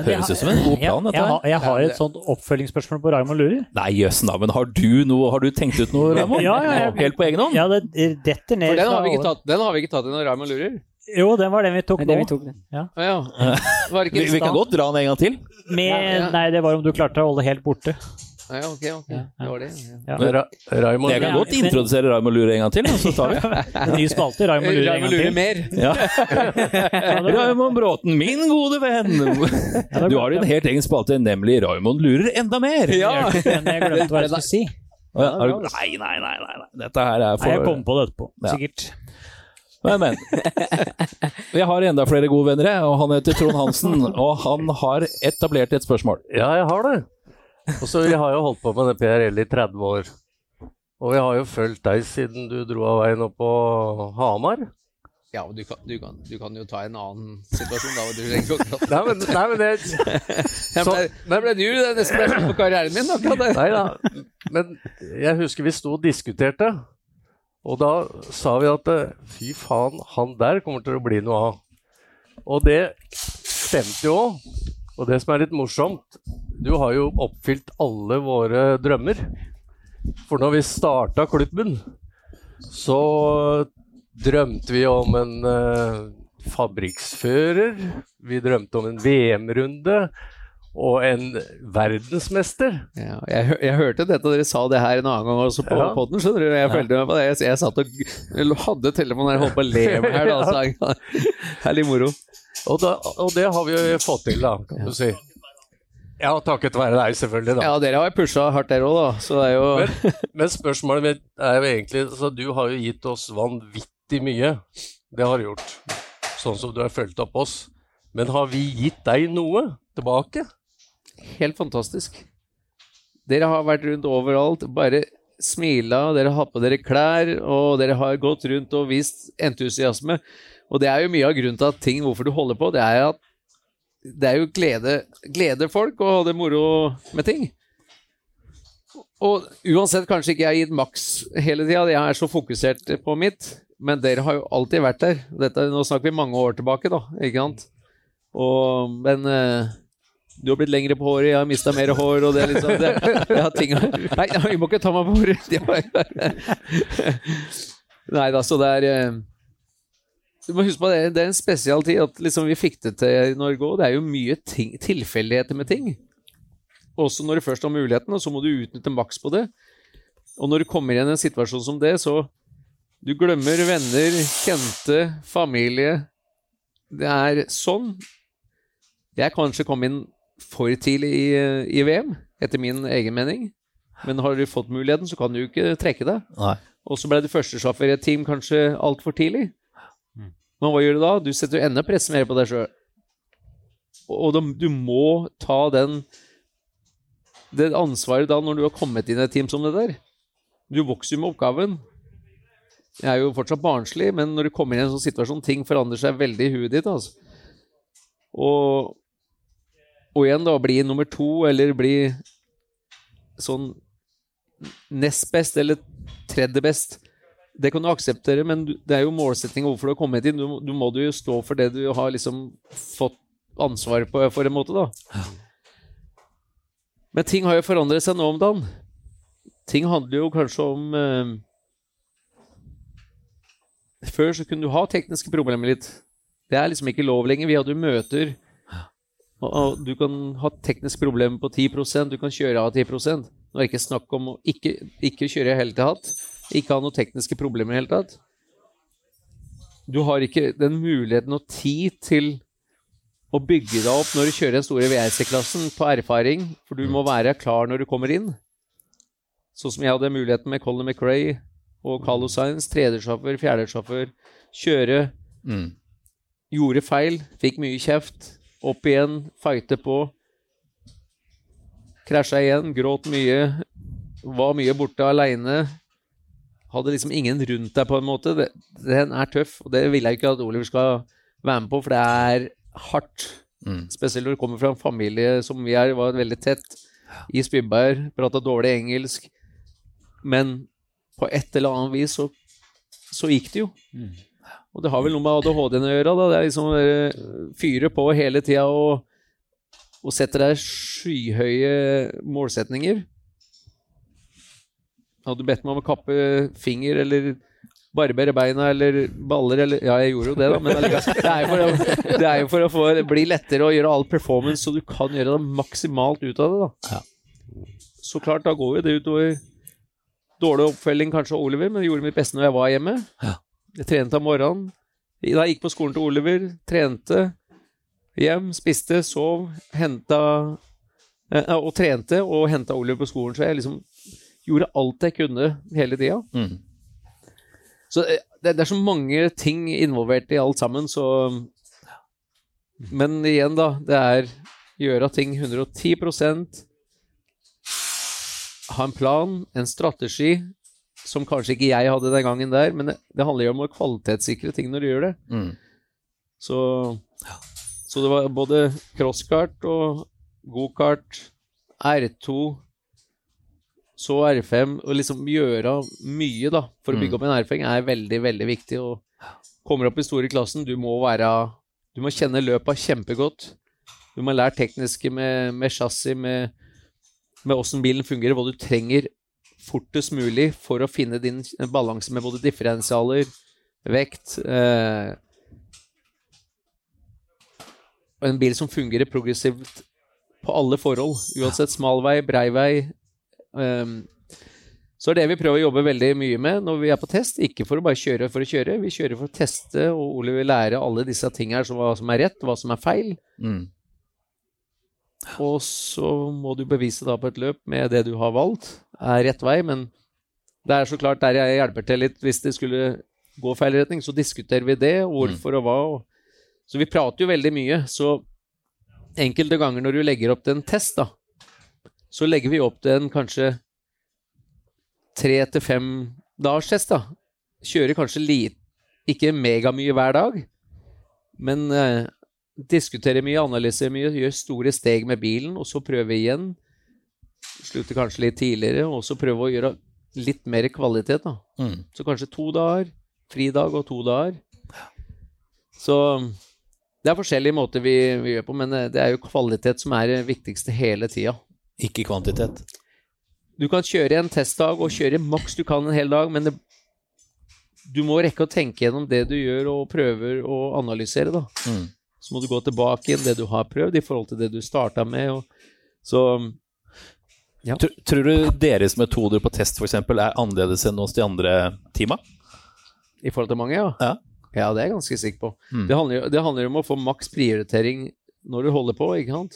Speaker 3: jeg
Speaker 1: Høres
Speaker 3: har-
Speaker 1: ut som en god plan,
Speaker 3: Jeg, jeg,
Speaker 1: dette her.
Speaker 3: har- jeg har et sånt oppfølgingsspørsmål på Raymond Lurer.
Speaker 4: Nei, jøssen da, men har du noe, har du tenkt ut noe, Raymond?
Speaker 3: Ja, ja, jeg-
Speaker 4: Helt på egen hånd?
Speaker 3: Ja, det detter ned
Speaker 9: For den
Speaker 3: fra
Speaker 9: har vi ikke
Speaker 3: alle-
Speaker 9: tatt, den har vi ikke tatt i når Raymond lurer.
Speaker 3: Jo, den var den vi tok
Speaker 8: Men det vi
Speaker 3: nå.
Speaker 8: tok det.
Speaker 9: Å ja. Var det
Speaker 4: Vi,
Speaker 9: ikke
Speaker 4: vi kan
Speaker 9: stand-
Speaker 4: godt dra den en gang til.
Speaker 3: Med,
Speaker 9: Ja, ja.
Speaker 3: Nei, det var om du klarte å holde helt borte.
Speaker 9: Å Ja, ok, ok. Det var det. Ja.
Speaker 5: Ra Raymond
Speaker 4: Jeg kan
Speaker 3: Ja,
Speaker 4: godt
Speaker 3: men-
Speaker 4: introdusere Raymond Lure en gang til, og så tar vi.
Speaker 3: En ny spalte, Raymond Lurer. en gang
Speaker 9: Raymond lurer
Speaker 3: til.
Speaker 9: mer.
Speaker 4: Ja. Raymond Bråten, min gode venn!
Speaker 3: det er
Speaker 4: Du
Speaker 3: bra.
Speaker 4: har din helt egen spalte, nemlig Raymond lurer enda mer.
Speaker 9: Ja.
Speaker 3: Men jeg glemte hva jeg skulle si.
Speaker 4: Å, ja, har du- Nei, nei, nei, nei, nei. Dette her er
Speaker 3: Nei, jeg
Speaker 4: for
Speaker 3: kom på det etterpå.
Speaker 4: Ja.
Speaker 3: Sikkert.
Speaker 4: Men, men. Jeg har enda flere gode venner, jeg, og han heter Trond Hansen. Og han har etablert et spørsmål.
Speaker 5: Ja, jeg har det. Og så Vi har jo holdt på med det PRL i 30 år. Og vi har jo fulgt deg siden du dro av veien opp på Hamar.
Speaker 9: Ja, men du kan, du, kan, du kan jo ta en annen situasjon da. hvor Du trenger ikke å
Speaker 5: Nei, men, nei, men det
Speaker 9: Der ble, der ble du det er nesten ble slutt på karrieren min, akkurat det.
Speaker 5: Nei da. Men jeg husker vi sto og diskuterte, og da sa vi at eh, fy faen, han der kommer til å bli noe av. Og det stemte jo òg. Og det som er litt morsomt, du har jo oppfylt alle våre drømmer. For når vi starta klubben, så drømte vi om en eh, fabrikksfører. Vi drømte om en VM-runde og en verdensmester.
Speaker 9: Ja, jeg, hø- jeg hørte dette, dere sa det her en annen gang også på
Speaker 5: Ja.
Speaker 9: podden, skjønner du. Jeg følte meg på det. Jeg, jeg satt og g- hadde telefonen her, holdt på å le meg her da. Så jeg, herlig moro.
Speaker 5: Og, da, og det har vi jo fått til, da, kan du si. Ja, takket være deg, selvfølgelig. da.
Speaker 9: Ja, dere har jo pusha hardt dere òg, da. Så det er jo
Speaker 5: Men spørsmålet mitt er jo egentlig så Du har jo gitt oss vanvittig mye. Det har du gjort. Sånn som du har fulgt opp oss. Men har vi gitt deg noe tilbake?
Speaker 9: helt fantastisk. Dere har vært rundt overalt, bare smila, dere har hatt på dere klær, og dere har gått rundt og vist entusiasme. Og det er jo mye av grunnen til at ting, hvorfor du holder på, det er at det er jo glede, glede folk og ha det moro med ting. Og uansett, kanskje ikke jeg har gitt maks hele tida, jeg er så fokusert på mitt, men dere har jo alltid vært der. Dette, nå snakker vi mange år tilbake, da, ikke sant? Og, men eh, du har blitt lengre på håret, jeg har mista mer hår, og det er liksom det, ja, ting, Nei, vi må ikke ta meg på ordet! Det var- Nei da, så det er eh, Du må huske på det, det er en spesial tid at liksom vi fikk det til i Norge òg. Det er jo mye ting, tilfeldigheter med ting. Også når du først har muligheten, og så må du utnytte maks på det. Og når du kommer igjen i en situasjon som det, så Du glemmer venner, kjente, familie. Det er sånn jeg kanskje kom inn for tidlig i, i VM, etter min egen mening. Men har du fått muligheten, så kan du jo ikke trekke deg.
Speaker 1: Nei.
Speaker 9: Og så ble du førstesjåfør i et team kanskje altfor tidlig. Men hva gjør du da? Du setter jo enda press mer på deg sjøl. Og da, du må ta den det ansvaret da når du har kommet inn i et team som det der. Du vokser jo med oppgaven. Jeg er jo fortsatt barnslig, men når du kommer inn i en sånn situasjon, ting forandrer seg veldig i huet ditt. altså. Og, og igjen, da, bli nummer to, eller bli sånn nest best, eller tredje best. Det kan du akseptere, men du- det er jo målsettinga hvorfor du har kommet inn. Du, må- du må du jo stå for det du har liksom fått ansvaret på, for en måte, da. Men ting har jo forandret seg nå om dagen. Ting handler jo kanskje om eh, Før så kunne du ha tekniske problemer litt. Det er liksom ikke lov lenger. Vi hadde jo møter. Og, og du kan ha teknisk problem på 10 du kan kjøre av 10 Nå er det ikke snakk om å ikke, ikke kjøre i det hele tatt. Ikke ha noen tekniske problemer i det hele tatt. Du har ikke den muligheten og tid til å bygge deg opp når du kjører den store VRC-klassen på erfaring, for du må være klar når du kommer inn. Sånn som jeg hadde muligheten med Colin McRae og Carlos Sainz, tredjesjåfør, fjerdesjåfør, kjøre
Speaker 4: Mm.
Speaker 9: gjorde feil, fikk mye kjeft. Opp igjen, fighte på. Krasja igjen, gråt mye. Var mye borte aleine. Hadde liksom ingen rundt deg, på en måte. Det- Den er tøff, og det vil jeg ikke at Oliver skal være med på, for det er hardt.
Speaker 4: Mm.
Speaker 9: Spesielt når du kommer fra en familie som vi er, var veldig tett i Spyberg, prata dårlig engelsk. Men på et eller annet vis så, så gikk det jo. Og det har vel noe med ADHD-en å gjøre. da, Det er liksom eh, fyre på hele tida og, og setter deg skyhøye målsetninger. Hadde du bedt meg om å kappe finger eller barbere beina eller baller eller Ja, jeg gjorde jo det, da, men allikevel. det er jo for å, det er jo for å få, bli lettere å gjøre all performance, så du kan gjøre det maksimalt ut av det. da. Så klart, da går jo det utover dårlig oppfølging kanskje av Oliver, men jeg gjorde mitt beste når jeg var hjemme. Jeg trente om morgenen. Da jeg gikk på skolen til Oliver, trente, hjem, spiste, sov, henta eh, Og trente og henta Oliver på skolen, så jeg liksom gjorde alt jeg kunne hele tida.
Speaker 4: Mm.
Speaker 9: Så eh, det, det er så mange ting involvert i alt sammen, så Men igjen, da. Det er gjøre ting 110 Ha en plan, en strategi, som kanskje ikke jeg hadde den gangen der, men det, det handler jo om å kvalitetssikre ting når du gjør det.
Speaker 4: Mm.
Speaker 9: Så, så det var både crosskart og gokart, R2, så R5. Å liksom gjøre mye da, for å bygge opp en R5 er veldig, veldig viktig. Og kommer opp i store klassen, du må være Du må kjenne løpa kjempegodt. Du må lære tekniske med, med chassis, med, med åssen bilen fungerer, hva du trenger fortest mulig for å finne din balanse med både differensialer, vekt eh, og en bil som fungerer progressivt på alle forhold, uansett smal vei, brei vei. ehm, så er det vi prøver å jobbe veldig mye med når vi er på test. Ikke for å bare kjøre for å kjøre, vi kjører for å teste, og Ole vil lære alle disse tingene her, så hva som er rett, hva som er feil.
Speaker 4: Mm.
Speaker 9: Og så må du bevise da på et løp med det du har valgt, er rett vei. Men det er så klart der jeg hjelper til litt hvis det skulle gå feil retning, så diskuterer vi det, hvorfor og hva. Og så vi prater jo veldig mye. Så enkelte ganger når du legger opp til en test, da, så legger vi opp til en kanskje tre til fem dagers test, da. Kjører kanskje lite, ikke megamye hver dag, men eh, diskuterer mye, analyserer mye, gjør store steg med bilen, og så prøve igjen. Slutter kanskje litt tidligere, og så prøve å gjøre litt mer kvalitet, da.
Speaker 4: Mm.
Speaker 9: Så kanskje to dager. Fridag og to dager. Så det er forskjellige måter vi, vi gjør på, men eh, det er jo kvalitet som er det viktigste hele tida.
Speaker 4: Ikke kvantitet.
Speaker 9: Du kan kjøre en testdag og kjøre maks du kan en hel dag, men det, du må rekke å tenke gjennom det du gjør, og prøver å analysere, da
Speaker 4: Mm.
Speaker 9: så må du gå tilbake igjen det du har prøvd, i forhold til det du starta med. Og, så
Speaker 4: Tr- Tror du deres metoder på test for eksempel, er annerledes enn hos de andre teama?
Speaker 9: i forhold til mange, ja.
Speaker 4: Ja.
Speaker 9: Ja, det er jeg ganske sikker på.
Speaker 4: Mm.
Speaker 9: Det, handler, jo- det handler om å få maks prioritering når du holder på, ikke sant?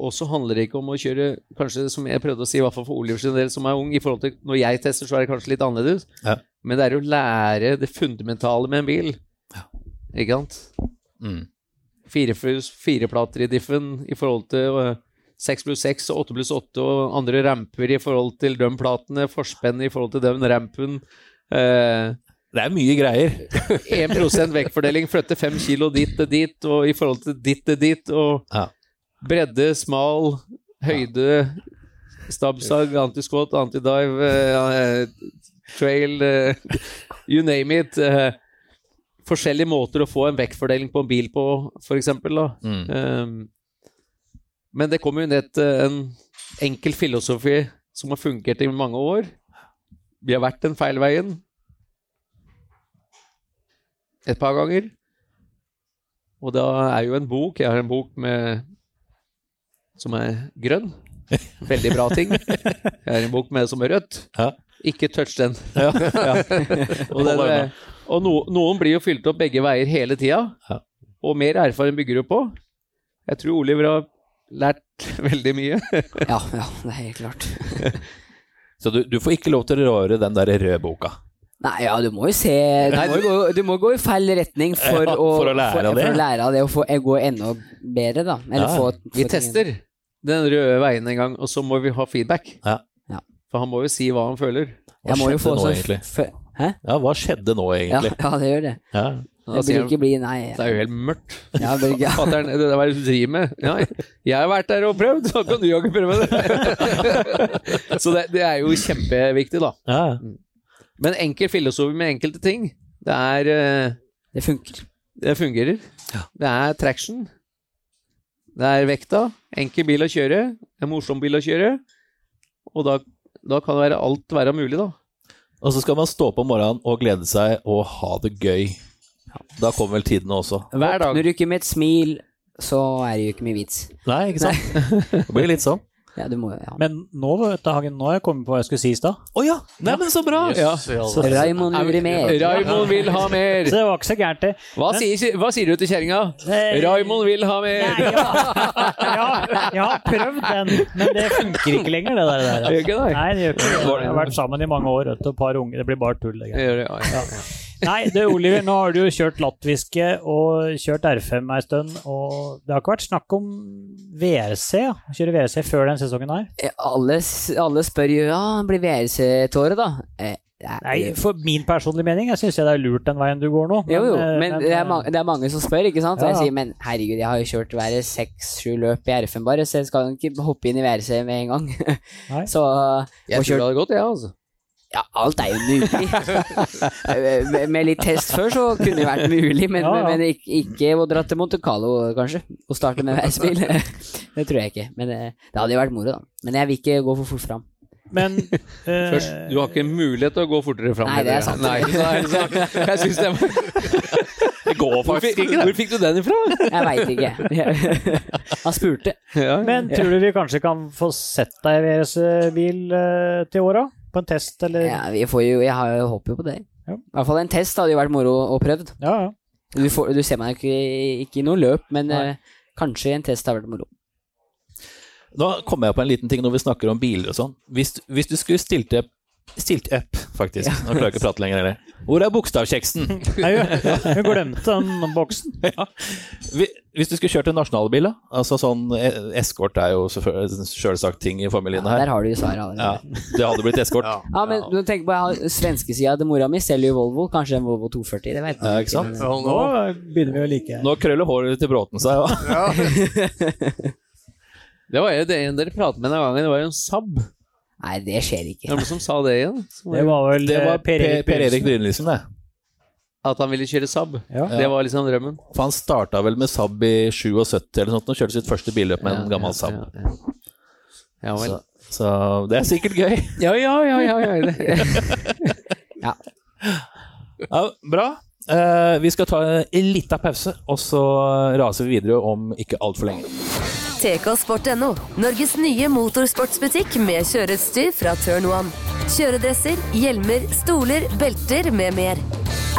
Speaker 9: Og så handler det ikke om å kjøre Kanskje som jeg prøvde å si, i hvert fall for Oliver sin del, som er ung, i forhold til når jeg tester, så er det kanskje litt annerledes.
Speaker 4: Ja.
Speaker 9: Men det er å lære det fundamentale med en bil. Ikke sant?
Speaker 4: Mm.
Speaker 9: fire, pluss- fire plater i diffen i forhold til eh, seks pluss seks og åtte pluss åtte og andre ramper i forhold til de platene, forspenn i forhold til den rampen. Eh,
Speaker 4: Det er mye greier.
Speaker 9: 1 vektfordeling, flytte fem kilo dit til dit, og i forhold til dit til dit, og
Speaker 4: Ja.
Speaker 9: bredde, smal, høyde, stabsag, antiskott, antidive, eh, trail, eh, you name it. eh, forskjellige måter å få en vektfordeling på en bil på, f.eks.
Speaker 4: Mm.
Speaker 9: Um, men det kommer jo ned til en enkel filosofi som har fungert i mange år. Vi har vært den feil veien et par ganger. Og da er jo en bok Jeg har en bok med som er grønn. Veldig bra ting. Jeg har en bok med som er rødt.
Speaker 4: Ja.
Speaker 9: Ikke touch den. og
Speaker 4: Hold
Speaker 9: den,
Speaker 4: deg unna.
Speaker 9: og no, noen blir jo fylt opp begge veier hele tida.
Speaker 4: Ja.
Speaker 9: Og mer erfaring bygger du på. Jeg tror Oliver har lært veldig mye.
Speaker 8: Ja, ja, det er helt klart.
Speaker 4: Så du, du får ikke lov til å røre den der røde boka.
Speaker 8: Nei, ja, du må jo se Du, må, jo gå, du må gå i feil retning for,
Speaker 4: Ja,
Speaker 8: å,
Speaker 4: for å lære
Speaker 8: for,
Speaker 4: av det.
Speaker 8: For å lære av det og få, eh, gå enda bedre, da. Eller
Speaker 4: Ja, ja.
Speaker 8: få,
Speaker 9: Vi
Speaker 8: få
Speaker 9: tester den røde veien en gang, og så må vi ha feedback.
Speaker 4: Ja.
Speaker 8: Ja.
Speaker 9: For han må jo si hva han føler.
Speaker 4: Hva
Speaker 8: Jeg må jo
Speaker 4: skjedde
Speaker 8: få
Speaker 4: nå,
Speaker 8: sånn
Speaker 4: egentlig?
Speaker 8: f- Hæ?
Speaker 4: Ja, hva skjedde nå,
Speaker 8: Ja,
Speaker 4: egentlig?
Speaker 8: ja, det gjør det.
Speaker 4: Ja.
Speaker 9: Da
Speaker 8: Det
Speaker 9: sier
Speaker 8: blir
Speaker 9: han,
Speaker 8: ikke bli, nei.
Speaker 9: det er jo helt mørkt.
Speaker 8: Ja, det blir ikke-
Speaker 9: Fatter'n, det der hva er det du driver med? Ja, jeg har vært der og prøvd, så kan du jo ikke prøve det. Så det, det er jo kjempeviktig, da.
Speaker 4: Ja.
Speaker 9: Men enkel filosofi med enkelte ting, det er eh,
Speaker 8: det funker.
Speaker 9: Det fungerer. Det er traction. Det er vekta. Enkel bil å kjøre. En morsom bil å kjøre. Og da, da kan det være alt være mulig, da.
Speaker 4: Og så skal man stå opp om morgenen og glede seg og ha det gøy. Da kommer vel tidene også.
Speaker 9: Hver dag.
Speaker 8: Når du ikke med et smil, så er det jo ikke mye vits.
Speaker 4: Nei, ikke sant? Det blir litt sånn.
Speaker 8: Ja, du må, ja.
Speaker 3: Men nå, vet du, Hagen, nå har jeg kommet på hva jeg skulle si i stad.
Speaker 4: Å ja! Nei, men så bra!
Speaker 9: Ja.
Speaker 5: Så-
Speaker 8: Raymond lurer med.
Speaker 9: Raymond vil ha mer!
Speaker 3: Så det var ikke så gærent, det.
Speaker 9: Hva sier, hva sier du til kjerringa?
Speaker 3: Eh,
Speaker 9: Raymond vil ha mer!
Speaker 3: Nei, ja. ja, jeg har prøvd den, men det funker ikke lenger, det der. der.
Speaker 9: Det gjør ikke det.
Speaker 3: Nei, det gjør ikke det. Jeg har vært sammen i mange år, vet du, og par unge. Det blir bare tull. Det
Speaker 9: Det
Speaker 3: greier.
Speaker 9: gjør det, ja, ja.
Speaker 3: Nei, det Oliver, nå har du jo kjørt latviske og kjørt R5 ei stund, og det har ikke vært snakk om VRC, ja. Å Kjøre VRC før den sesongen her.
Speaker 8: Eh, Alle, s- alle spør jo ja, blir VRC-tåre, da. Eh,
Speaker 3: Nei, for min personlige mening, jeg syns det er lurt den veien du går nå.
Speaker 8: Jo, jo,
Speaker 3: eh,
Speaker 8: men det er, mange, det er mange som spør, ikke sant? Og jeg
Speaker 3: Ja.
Speaker 8: sier, men herregud, jeg har jo kjørt været seks-sju løp i RFM bare, så jeg skal jo ikke hoppe inn i VRC med en gang.
Speaker 3: Nei.
Speaker 8: så
Speaker 9: Jeg tror
Speaker 8: og
Speaker 9: det
Speaker 8: kjørt,
Speaker 9: hadde gått, jeg, ja, altså.
Speaker 8: ja, alt er jo mulig. med, med litt test før så kunne det vært mulig, men,
Speaker 3: Ja, ja.
Speaker 8: men ikke, ikke å dra til Monte Carlo, kanskje, og starte med VRC-bil. det tror jeg ikke, men eh, det hadde jo vært moro, da. Men jeg vil ikke gå for fort fram.
Speaker 3: Men eh,
Speaker 9: Først, du har ikke mulighet til å gå fortere fram.
Speaker 8: Nei, det
Speaker 9: heller.
Speaker 8: er sant.
Speaker 9: Nei, ikke sant? Nei, så- Jeg synes det var...
Speaker 4: Det går
Speaker 9: Hvor
Speaker 4: faktisk
Speaker 9: fikk,
Speaker 4: ikke,
Speaker 9: hvor fikk du den ifra?
Speaker 8: Jeg veit ikke. Han spurte.
Speaker 9: Ja.
Speaker 3: Men tror du vi kanskje kan få sett deg i VRC-bil eh, til åra? På en test, eller? Ja,
Speaker 8: Ja, vi får jo, jeg har jo håpet på det.
Speaker 3: Ja.
Speaker 8: I hvert fall en test hadde jo vært moro å prøvd.
Speaker 3: ja.
Speaker 8: Du, får, du ser meg ikke, ikke i noe løp, men
Speaker 3: Nei.
Speaker 8: eh, kanskje en test har vært moro.
Speaker 4: Nå kommer jeg på en liten ting når vi snakker om biler og sånn. Hvis, hvis du skulle stilt opp Stilt opp, faktisk. Nå klarer jeg ikke å prate lenger heller. Hvor er bokstavkjeksen?
Speaker 3: Nei, Hun glemte den boksen.
Speaker 4: Hvi- Hvis du skulle kjørt en nasjonalbil, da? Altså sånn eh, Eskort er jo selvfø- selvsagt ting i familien
Speaker 8: Der
Speaker 4: her.
Speaker 8: har du jo svaret
Speaker 4: Ja,
Speaker 8: allerede. Ja.
Speaker 4: det hadde blitt eskort.
Speaker 8: men du tenker på jeg har- svenskesida til mora mi selger jo Volvo. Kanskje en Volvo 240, det vet
Speaker 4: Ja,
Speaker 8: jeg
Speaker 4: ikke sant?
Speaker 5: Ja,
Speaker 3: Nå
Speaker 5: nå-
Speaker 3: begynner vi å like
Speaker 4: Nå krøller håret til Bråten seg. Ja.
Speaker 9: Det var jo det en dere pratet med den gangen, det var jo en Saab.
Speaker 8: Nei, det skjer ikke.
Speaker 9: Hvem som sa det igjen? Som
Speaker 3: Det var vel
Speaker 4: Det
Speaker 3: eh,
Speaker 4: var Per Erik, per Erik Brynelysen, det.
Speaker 9: At han ville kjøre Saab.
Speaker 3: Ja.
Speaker 9: Det var liksom drømmen.
Speaker 4: For han starta vel med Saab i 77 eller noe sånt, og kjørte sitt første billøp med en gammel Saab.
Speaker 9: Ja, ja. Ja vel.
Speaker 4: Så, så det er sikkert gøy.
Speaker 9: Ja, ja, ja, ja, ja. det-
Speaker 4: Ja, bra. Eh, vi skal ta en liten pause, og så raser vi videre om ikke altfor lenge.
Speaker 10: tksport.no. Norges nye motorsportsbutikk med kjøreutstyr fra Turn One. Kjøredresser, hjelmer, stoler, belter med mer.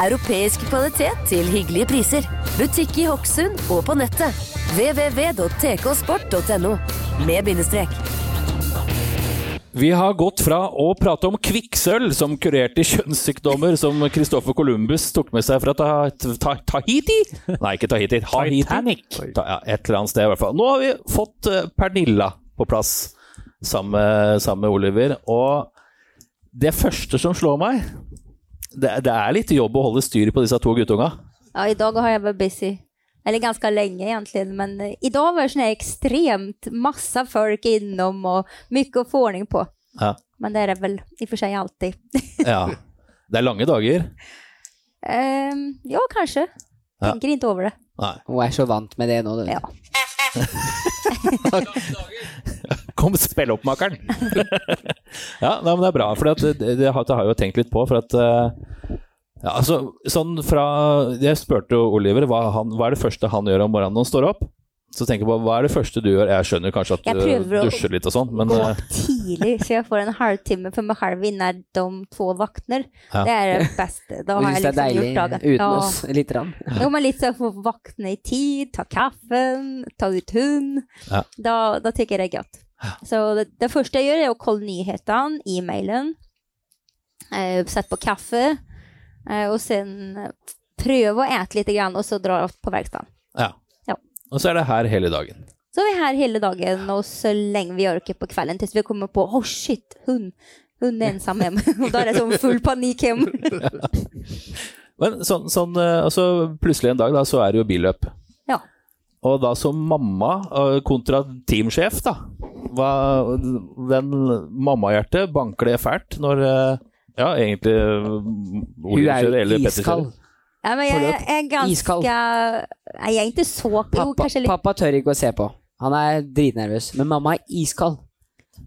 Speaker 10: Europeisk kvalitet til hyggelige priser. Butikk i Hokksund og på nettet. www.tksport.no. Med bindestrek.
Speaker 4: Vi har gått fra å prate om kvikksølv, som kurerte kjønnssykdommer, som Christopher Columbus tok med seg fra ta, ta, Tahiti Nei, ikke Tahiti. Haiti.
Speaker 3: Titanic.
Speaker 4: Ta, ja, et eller annet sted, i hvert fall. Nå har vi fått eh, Pernilla på plass sammen med- sammen med Oliver. Og det første som slår meg det, det er litt jobb å holde styr på disse to guttunga.
Speaker 11: Ja, idag har jag varit busy. Eller ganska länge egentligen, men eh, idag var det sån här extremt massa folk inom och mycket att få ordning på.
Speaker 4: Ja.
Speaker 11: Men det är det väl i och för sig alltid.
Speaker 4: ja. Det er lange dager.
Speaker 11: Ehm, ja, kanske.
Speaker 4: Ja.
Speaker 11: Tänker inte över det.
Speaker 4: Nei.
Speaker 8: Hun er så vant med det nå, du.
Speaker 11: Ja.
Speaker 4: Kom, spill opp, makkeren! ja, nei, men det er bra, for det, det, det har det har jeg jo tenkt litt på. For at eh, ja, altså, sånn fra Jeg spurte jo Oliver hva, han, hva er det første han gjør om morgenen når han står opp. Så tenker jeg på hva er det første du gjør. Jeg skjønner kanskje at
Speaker 11: Jeg
Speaker 4: du
Speaker 11: prøver å-
Speaker 4: dusjer litt og sånn, men
Speaker 11: Gå
Speaker 4: eh,
Speaker 11: tidigt så jag får en halvtimme för mig själv innan de två vaknar.
Speaker 4: Ja.
Speaker 11: Det är det bästa. Då
Speaker 8: Hun
Speaker 11: har jag
Speaker 8: syns det er
Speaker 11: liksom
Speaker 8: deilig
Speaker 11: gjort dagen.
Speaker 8: uten
Speaker 11: ja.
Speaker 8: oss, lite grann.
Speaker 11: Jo, men lite så jag får vakna i tid, ta kaffen, ta ut hund.
Speaker 4: Ja.
Speaker 11: Då, då tycker jag det är gött. Så det, det første jeg gjør, er å kolle nyhetene i mailen. Eh, sette på kaffe. Eh, og så prøve å ete litt, grann, og så dra på verkstedet.
Speaker 4: Ja.
Speaker 11: Ja.
Speaker 4: Og så er det her hele dagen.
Speaker 11: Så er vi her hele dagen, og så lenge vi orker på kvelden, til vi kommer på oh shit, hun, hun er ensom hjemme. og da er det sånn full panikk hjemme.
Speaker 4: Men sånn, sånn eh, altså, plutselig en dag, da, så er det jo billøp.
Speaker 11: Ja.
Speaker 4: Og da som mamma eh, kontra teamsjef, da. Hva, den mammahjertet banker det fælt når eh, Ja, egentlig eh, Hun
Speaker 11: Ja, men jeg, jeg er ganske Nei, Jeg er ikke så jo,
Speaker 8: Pappa,
Speaker 11: kanskje litt
Speaker 8: pappa tør ikke å se på. Han er dritnervøs. Men mamma er iskald.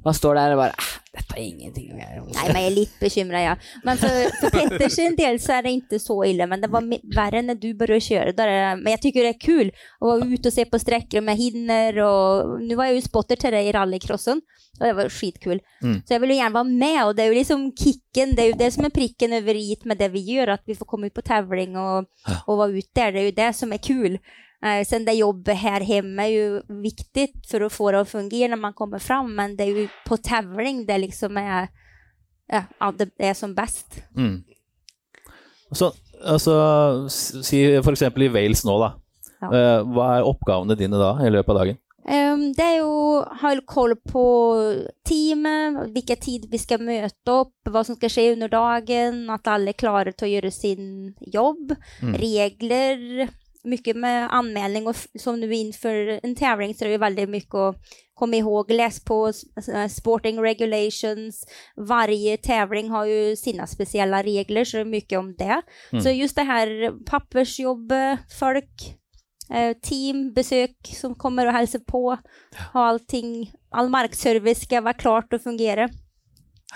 Speaker 8: Han står der og bare "Ah, Dette er ingenting å gjøre.
Speaker 11: Nei, men jeg er litt bekymra, ja. Men for, for Petter sin del så er det ikke så ille. Men det var mi- verre når du begynte å kjøre. Da er det- Men jeg syns det er kul å være ute og se på strekker med hinner. Og nå var jeg jo spotter til deg i rallycrossen, og det var jo skitkul.
Speaker 4: Mm.
Speaker 11: Så jeg vil jo gjerne være med, og det er jo liksom kicken. Det er jo det som er prikken over i-et med det vi gjør, at vi får komme ut på tavling og, og være ute der. Det er jo det som er kul. Eh, sen det jobbet her hjemme er jo viktig for å få det å fungere når man kommer fram, men det er jo på tavling det liksom er ja, at det er som best.
Speaker 4: Mm. Så, altså, s- si for eksempel i Wales nå, da.
Speaker 11: Ja.
Speaker 4: Eh, Hva er oppgavene dine da, i løpet av dagen?
Speaker 11: Ehm, det er jo ha koll på teamet, hvilken tid vi skal møte opp, hva som skal skje under dagen, at alle er klare til å gjøre sin jobb.
Speaker 12: Mm.
Speaker 11: Regler. Mye med anmelding, og f- som nå innenfor en tavling, så er det jo veldig mye å komme ihåg. Les på s- eh, sporting regulations. Varje tavling har jo sine spesielle regler, så det er mye om det.
Speaker 12: Mm.
Speaker 11: Så just det her pappersjobbet, folk Eh, team, besøk som kommer og hilser på. Og allting, all markservice skal være klart og fungere.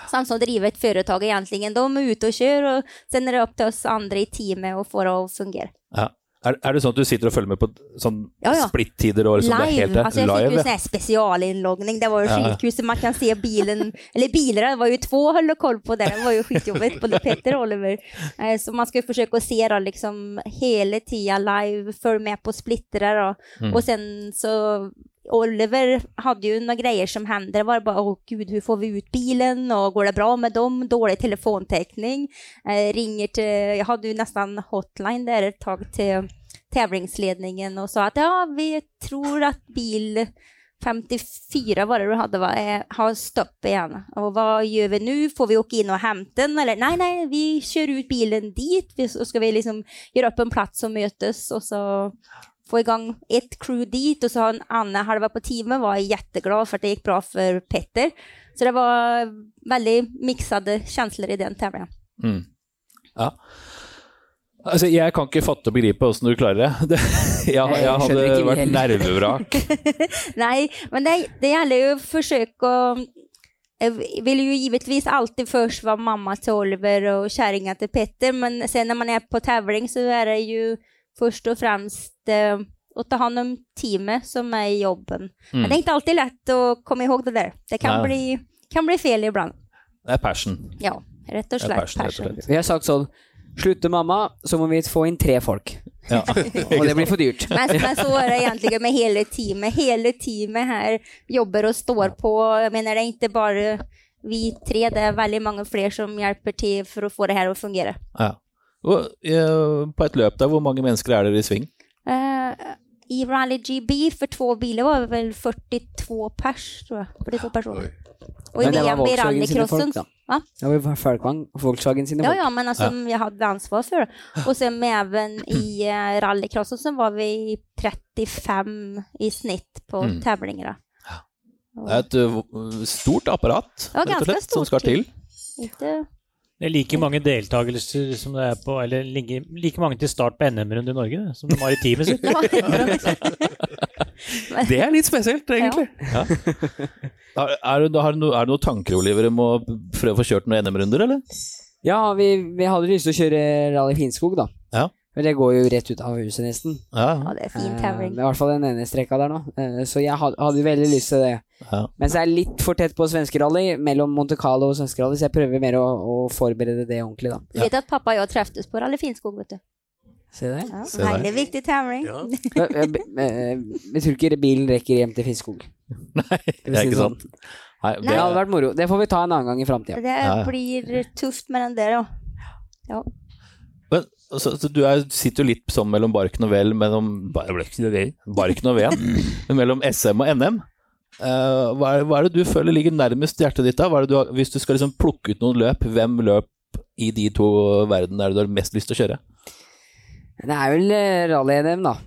Speaker 11: Samme som å drive et foretak, egentlig. De er ute og kjører, og så er det opp til oss andre i teamet å få det å fungere.
Speaker 4: Ja. Er, er det sånn at du sitter og følger med på sånn
Speaker 11: Ja, ja.
Speaker 4: splittider og liksom det er helt
Speaker 11: altså jeg fikk jo
Speaker 4: live,
Speaker 11: sånn
Speaker 4: ja.
Speaker 11: her spesialinnloggning. Det var jo
Speaker 4: Ja, ja.
Speaker 11: skitkult. så Man kan se bilen Eller biler, det var jo to å holde koll på det. Det var jo skitjobbigt, både Petter og Oliver. Eh, Så man skulle försöka å se da liksom hele tida live, følge med på splittrar og
Speaker 12: Mm.
Speaker 11: Og sen så Oliver hadde jo noen greier som hände. Det var bare 'Å gud, hur får vi ut bilen?' og 'Går det bra med dem?' Dårlig telefontäckning. Eh, ringer til Jeg hadde jo nesten hotline der et tag til tävlingsledningen og sa at 'ja, vi tror at bil 54 var det du hadde, va? Eh, har stopp igjen. Og hva gjør vi nå? Får vi åke inn og hente den? Eller nei, nei, vi kjører ut bilen dit, vi- så skal vi liksom gjøre opp en plass og møtes, og så få i gang ett crew dit, og så ha en annen halva på teamet, var jeg jätteglad for at det gikk bra for Petter. Så det var veldig miksede kjensler i den tävlingen.
Speaker 4: Mm. ja. Altså, jeg kan ikke fatte og begripe åssen du klarer det. det jeg,
Speaker 11: Nei, jeg
Speaker 4: jeg hadde
Speaker 11: skjønner ikke vi
Speaker 4: vært
Speaker 11: heller.
Speaker 4: nervevrak.
Speaker 11: Nei, men det, det gjelder jo å forsøke å Jeg vil jo givetvis alltid først være mamma til Oliver og kjerringa til Petter, men sen når man er på tavling, så er det jo først og fremst eh, å ta hånd om teamet som er i jobben.
Speaker 4: Mm.
Speaker 11: Men det er ikke alltid lett å komme ihåg det der. Det kan,
Speaker 4: Nei.
Speaker 11: bli, kan bli fel iblant.
Speaker 4: Det er passion.
Speaker 11: Ja, rett og
Speaker 4: Det er
Speaker 11: slett.
Speaker 4: passion, rett og slett.
Speaker 8: Vi har sagt sånn Slutter mamma, så må vi få inn tre folk.
Speaker 4: Ja.
Speaker 8: Og det blir for dyrt.
Speaker 11: Men, men så er det egentlig med hele teamet. Hele teamet her jobber og står på. Jeg mener, det er ikke bare vi tre, det er veldig mange flere som hjelper til for å få det her å fungere.
Speaker 4: Ja. Og, eh, på et løp der, hvor mange mennesker er dere i sving?
Speaker 11: Eh, I Rally GB for to biler var det vel 42 pers, tror jeg. 42 personer. Og i
Speaker 8: Men det var
Speaker 11: VM i
Speaker 8: Volkswagen sine
Speaker 11: rallycrossen
Speaker 8: folk, da.
Speaker 11: Hva?
Speaker 8: Det var Volkswagen, Volkswagen sine
Speaker 11: Ja,
Speaker 8: folk.
Speaker 11: ja, men alltså, jag hade ansvar för det. Och sen med även i eh, rallycrossen så var vi 35 i snitt på
Speaker 4: Mm.
Speaker 11: tävlingarna.
Speaker 4: Det er et eh, stort apparat
Speaker 11: Ja,
Speaker 4: rett og
Speaker 11: ganske
Speaker 4: slett, som
Speaker 11: stort
Speaker 4: skal til.
Speaker 11: Inte...
Speaker 3: Det er like mange deltakelser som det er på Eller like, like mange til start på NM-runde i Norge det, som de har i teamet sitt.
Speaker 4: Det er litt spesielt, egentlig. Ja. Er, er, du- har du no, er det noen tanker, Oliver, om å prøve å få kjørt noen NM-runder, eller?
Speaker 8: Ja, vi, vi hadde lyst til å kjøre Rally Finnskog, da.
Speaker 4: Ja.
Speaker 8: Men det går jo rett ut av huset, nesten.
Speaker 4: Ja,
Speaker 11: det er fin
Speaker 8: tavling. Det er i hvert fall den ene strekka der nå. Eh, Så jeg had- hadde jo veldig lyst til det.
Speaker 4: Ja.
Speaker 8: Men så er jeg litt for tett på svenskerally, mellom Monte Carlo og svenskerally, så jeg prøver mer å, å forberede det ordentlig, da.
Speaker 11: Du vet att pappa och jag träffades på Rally Finnskog, vet du.
Speaker 8: Se der.
Speaker 11: Ja,
Speaker 8: Se der.
Speaker 11: veldig viktig temming.
Speaker 8: Men, eh, b- eh, Jeg tror ikke bilen rekker hjem til Finnskog.
Speaker 4: Det er ikke sant. Nei,
Speaker 8: sånn. Det hadde vært moro. Det får vi ta en annen gang i framtida.
Speaker 11: Det blir tøft med den der òg. Ja.
Speaker 4: Men, så, så du er, sitter jo litt sånn mellom barken og vel, mellom bar- barken og ven, men mellom SM og NM. Eh, hva, er, hva er det du føler ligger nærmest hjertet ditt? da? Hva er det du, har- hvis du skal liksom plukke ut noen løp, hvem løp i de to verdenene er det du har mest lyst til å kjøre?
Speaker 8: Det er vel eh, rally-NM, da.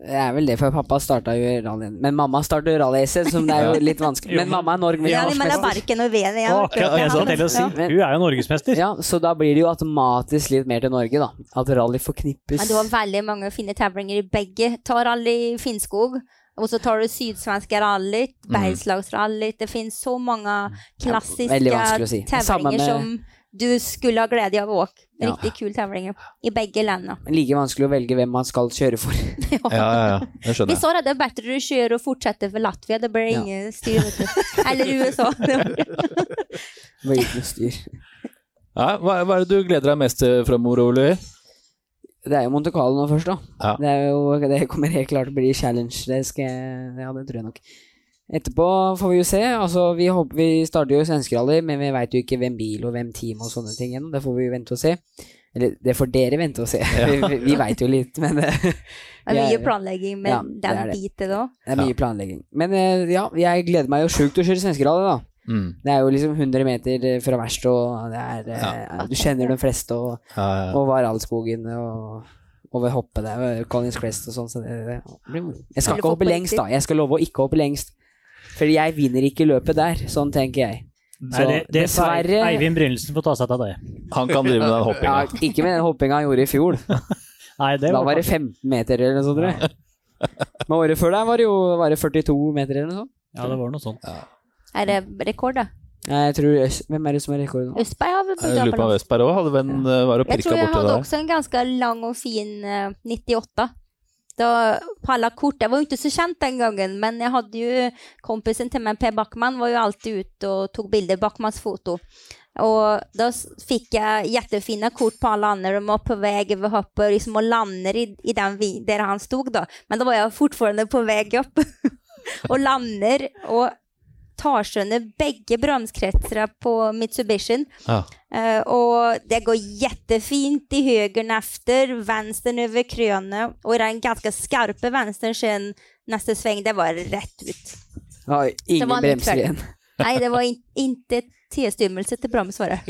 Speaker 8: Det er vel det, for pappa starta jo rally-NM. Men mamma starter jo rally-EC, som det er jo litt vanskelig. Men mamma er Norge
Speaker 11: Ja, men det er
Speaker 8: norgesmester.
Speaker 11: barken og veden igjen.
Speaker 8: Å,
Speaker 11: vet du.
Speaker 8: akkurat det jeg skal til å si.
Speaker 11: Ja.
Speaker 3: Du er jo norgesmester.
Speaker 8: Ja, så da blir det jo automatisk litt mer til Norge, da. At rally forknippes
Speaker 11: Men det var veldig mange fine tevlinger i begge. Ta rally Finnskog, og så tar du sydsvenske rally,
Speaker 8: Mm.
Speaker 11: Bergslagsrally Det finnes så mange klassiske
Speaker 8: veldig vanskelig å si. Samme med-
Speaker 11: tevlinger som du skulle ha glede av å åke.
Speaker 8: Ja.
Speaker 11: Riktig kule tevlinger i begge landene.
Speaker 8: like vanskelig å velge hvem man skal kjøre for.
Speaker 11: Ja, ja, ja.
Speaker 4: Jeg
Speaker 11: Vi sa det, det er bedre du kjører og fortsetter for Latvia, det blir
Speaker 8: Ja.
Speaker 11: ingen styr. Vet du. Eller USA.
Speaker 8: Veldig styr.
Speaker 4: Ja, hva, hva er det du gleder deg mest til framover, Ole?
Speaker 8: Det er jo Monte Carlo nå først, da.
Speaker 4: Ja.
Speaker 8: Det, er jo, det kommer helt klart til å bli challenge. Det skal jeg, ja, det tror jeg nok. Etterpå får vi jo se. Altså, vi, håper, vi starter jo svenskerally, men vi veit jo ikke hvem bil og hvem team og sånne ting ennå. Det får vi jo vente og se. Eller det får dere vente og se. vi vi, vi veit jo litt, men eh,
Speaker 11: Det
Speaker 8: vi
Speaker 11: er mye
Speaker 8: er-
Speaker 11: planlegging med
Speaker 8: Ja, det er
Speaker 11: den
Speaker 8: det.
Speaker 11: biten da.
Speaker 8: Det er mye planlegging. Men eh, ja, jeg gleder meg jo sjukt til å kjøre svenskerally, da.
Speaker 4: Mm.
Speaker 8: Det er jo liksom 100 meter eh, fra verst, og det er, eh, du kjenner de fleste, og,
Speaker 4: Ja, ja.
Speaker 8: og Varaldskogen og over hoppet der, og Collins Crest og sånn. Så det, det blir moro. Jeg skal
Speaker 9: Eller
Speaker 8: ikke hoppe
Speaker 9: hoppe
Speaker 8: lengst,
Speaker 9: riktig.
Speaker 8: da. Jeg skal love å ikke hoppe lengst. For jeg vinner ikke løpet der, sånn tenker jeg.
Speaker 3: Nei, det, det dessverre Eivind Brynildsen får ta seg av det.
Speaker 4: Han kan drive med den hoppinga.
Speaker 8: Ja, ikke med den hoppinga han gjorde i fjor.
Speaker 3: Nei, det
Speaker 8: da
Speaker 3: var
Speaker 8: var det 15 meter eller noe sånt, tror jeg. Men året før der var det jo var det 42 meter eller noe sånt.
Speaker 3: Ja, det var noe sånt.
Speaker 11: Er det rekord, da?
Speaker 8: Nei, Jeg tror Øst- Hvem er det som har rekorden? nå?
Speaker 11: Østberg har vel
Speaker 4: Jeg lurer på om
Speaker 11: Japan.
Speaker 4: Østberg òg hadde venn, eh, var og
Speaker 11: Jeg
Speaker 4: pirka
Speaker 11: tror jeg
Speaker 4: borti
Speaker 11: hadde
Speaker 4: der.
Speaker 11: også en ganske lang og fin eh, 98. Da palla kort. Jeg var jo ikke så kjent den gangen, men jeg hadde jo kompisen til meg, Per Backman, var jo alltid ute og tok bilder. Backmans foto. Og da s- fikk jeg jättefina kort på alle andre. De var på vei over hoppet liksom, og lander i, i den vi, der han sto, da. Men da var jeg fortsatt på vei opp. og lander og tar sønder begge bromskretser på Mitsubishi.
Speaker 4: Ja.
Speaker 11: Eh, og det går jättefint i högern efter, vänstern över krönet och den ganska skarpa vänstern sen nästa sväng, det var rätt ut.
Speaker 8: Ja,
Speaker 11: Det var
Speaker 8: ingen
Speaker 11: mitt
Speaker 8: bremser
Speaker 11: fel.
Speaker 8: igjen.
Speaker 11: Nej, det var in, inte T-stymmelse till broms var det.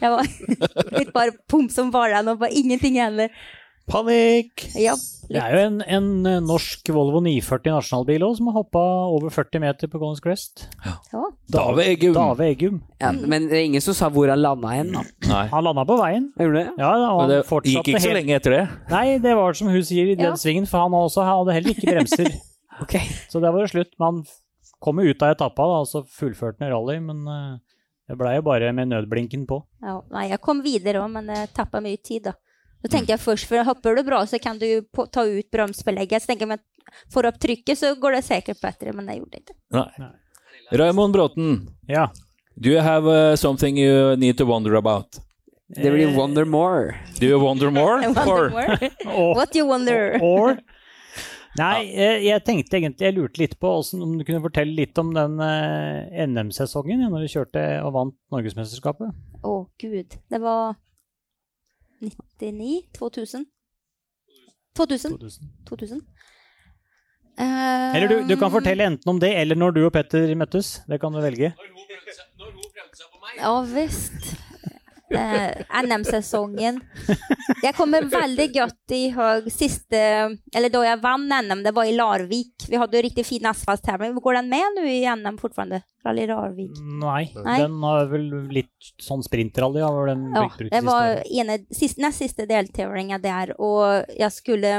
Speaker 11: Jag var ut bara pump som varan och bara ingenting hände.
Speaker 4: Panikk!
Speaker 11: Ja,
Speaker 3: Det er jo en, en eh, norsk Volvo 940 nasjonalbil òg som har hoppa over 40 meter på Collins Crest.
Speaker 11: Ja.
Speaker 4: Dave Eggum.
Speaker 3: Dave Eggum.
Speaker 8: Ja, men det er ingen som sa hvor han landa hen, da.
Speaker 4: Nei.
Speaker 3: Han landa på veien.
Speaker 8: Gjorde det?
Speaker 3: Ja, da,
Speaker 4: Men
Speaker 3: og han
Speaker 4: det
Speaker 3: fortsatte
Speaker 4: gikk ikke så
Speaker 3: helt-
Speaker 4: lenge etter det.
Speaker 3: Nei, det var som hun sier i den
Speaker 8: Ja.
Speaker 3: svingen, for han også hadde heller ikke bremser.
Speaker 8: Ok.
Speaker 3: Så der var det slutt. Man kom jo ut av etappa, da, og så fullførte han rally, men eh, det blei jo bare med nødblinken på.
Speaker 11: Ja, nej, jag kom vidare då, men jag tappade mycket tid då. Då tänkte jag först, för hoppar du bra så kan du ju på, ta ut bromsbelägget. Så tänker jag, men får du upp trycket så går det säkert bättre, men det gjorde det inte.
Speaker 4: Nei. Raymond Bråten.
Speaker 3: Ja.
Speaker 4: Do you have uh, something you need to wonder about?
Speaker 8: Det
Speaker 3: Eh,
Speaker 8: blir Wonder More.
Speaker 4: Do you wonder more?
Speaker 11: I wonder more. What you wonder?
Speaker 3: Or? Nei, eh, jeg tenkte egentlig, jeg lurte litt på hvordan- om du kunne fortelle litt om den eh, NM-sesongen ja, når du kjørte og vant Norgesmesterskapet.
Speaker 11: Å, gud. Det var 99? 2000? 2000. 2000. Eh,
Speaker 3: Eller du, du kan fortelle enten om det, eller når du og Petter møttes. Det kan du velge.
Speaker 11: Ehm, Ja visst. Eh, NM-sesongen. Jeg kommer veldig godt i høg siste Eller da jeg vant NM, det var i Larvik. Vi hadde jo riktig fin asfalttävling. Går den med nå i NM fortsatt? Rally Larvik?
Speaker 3: Nei,
Speaker 11: Nei.
Speaker 3: den har vel litt sånn sprintrally. Har vel den
Speaker 11: Ja,
Speaker 3: blitt brukt
Speaker 11: det
Speaker 3: siste
Speaker 11: var
Speaker 3: året.
Speaker 11: ene, sist, näst siste deltävlinga der, og jeg skulle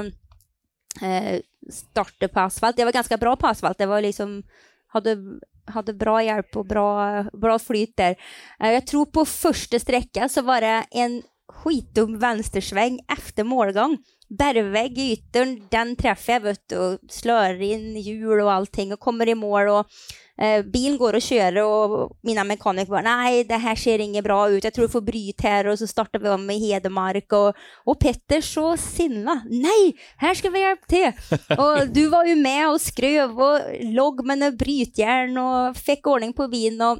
Speaker 11: eh, starte på asfalt. Jeg var ganske bra på asfalt. Jeg var liksom, hadde, hadde bra hjelp og bra, bra flyt der. Eh, jeg tror på første strekka så var det en skitdum vänstersväng efter målgång. Bergvägg i yttern, den treffer jeg, vet du, og slår inn hjul og allting, og kommer i mål, og Eh, bilen går och kör och mina mekaniker bara nej det här ser inget bra ut, jag tror du får bryta här och så startar vi om i Hedemark och, och Petter så sinna, nej här ska vi hjälpa till. Och du var ju med och skröv och låg med några brytjärn och fick ordning på bilen och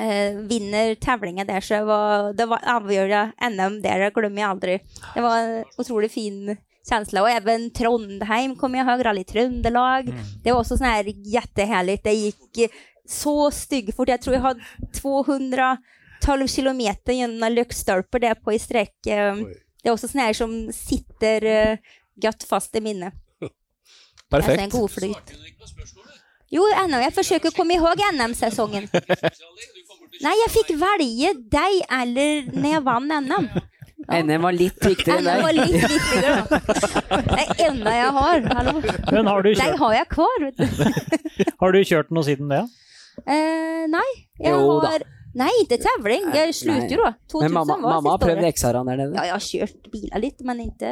Speaker 11: eh, vinner tävlingen där så det var, det var avgjorde NM där, det glömmer jag aldrig. Det var en otroligt fin känsla och även Trondheim kommer jag ihåg, Rally Trøndelag. Det var också sån här jättehärligt, det gick eh, så styggfort, jag tror jag hade 212 kilometer genom lyktstolpar där på i sträck. Eh, Det är också sån här som sitter eh, gött fast i minne.
Speaker 4: Perfekt.
Speaker 11: Alltså en god flyt. Jo, NM, jag försöker komma ihåg NM-säsongen. Nej, jag fick välja dig eller när jag vann NM.
Speaker 8: NM var litt viktigere enn
Speaker 11: NM var litt
Speaker 8: deg.
Speaker 11: viktigere. da. Det er enda jeg har. Hallo.
Speaker 3: Men har du
Speaker 11: Deg
Speaker 3: kjørt,
Speaker 11: har jeg kvar, vet du.
Speaker 3: har du kjørt noe siden det?
Speaker 11: Eh, nei, jeg
Speaker 8: Jo da.
Speaker 11: har Nei, ikke tävling. Jeg slutter jo, da. 2000
Speaker 8: Men mamma,
Speaker 11: var
Speaker 8: mamma har
Speaker 11: siste
Speaker 8: prøvd
Speaker 11: året.
Speaker 8: XR-en der nede.
Speaker 11: Ja, jeg har kjørt biler litt, men ikke,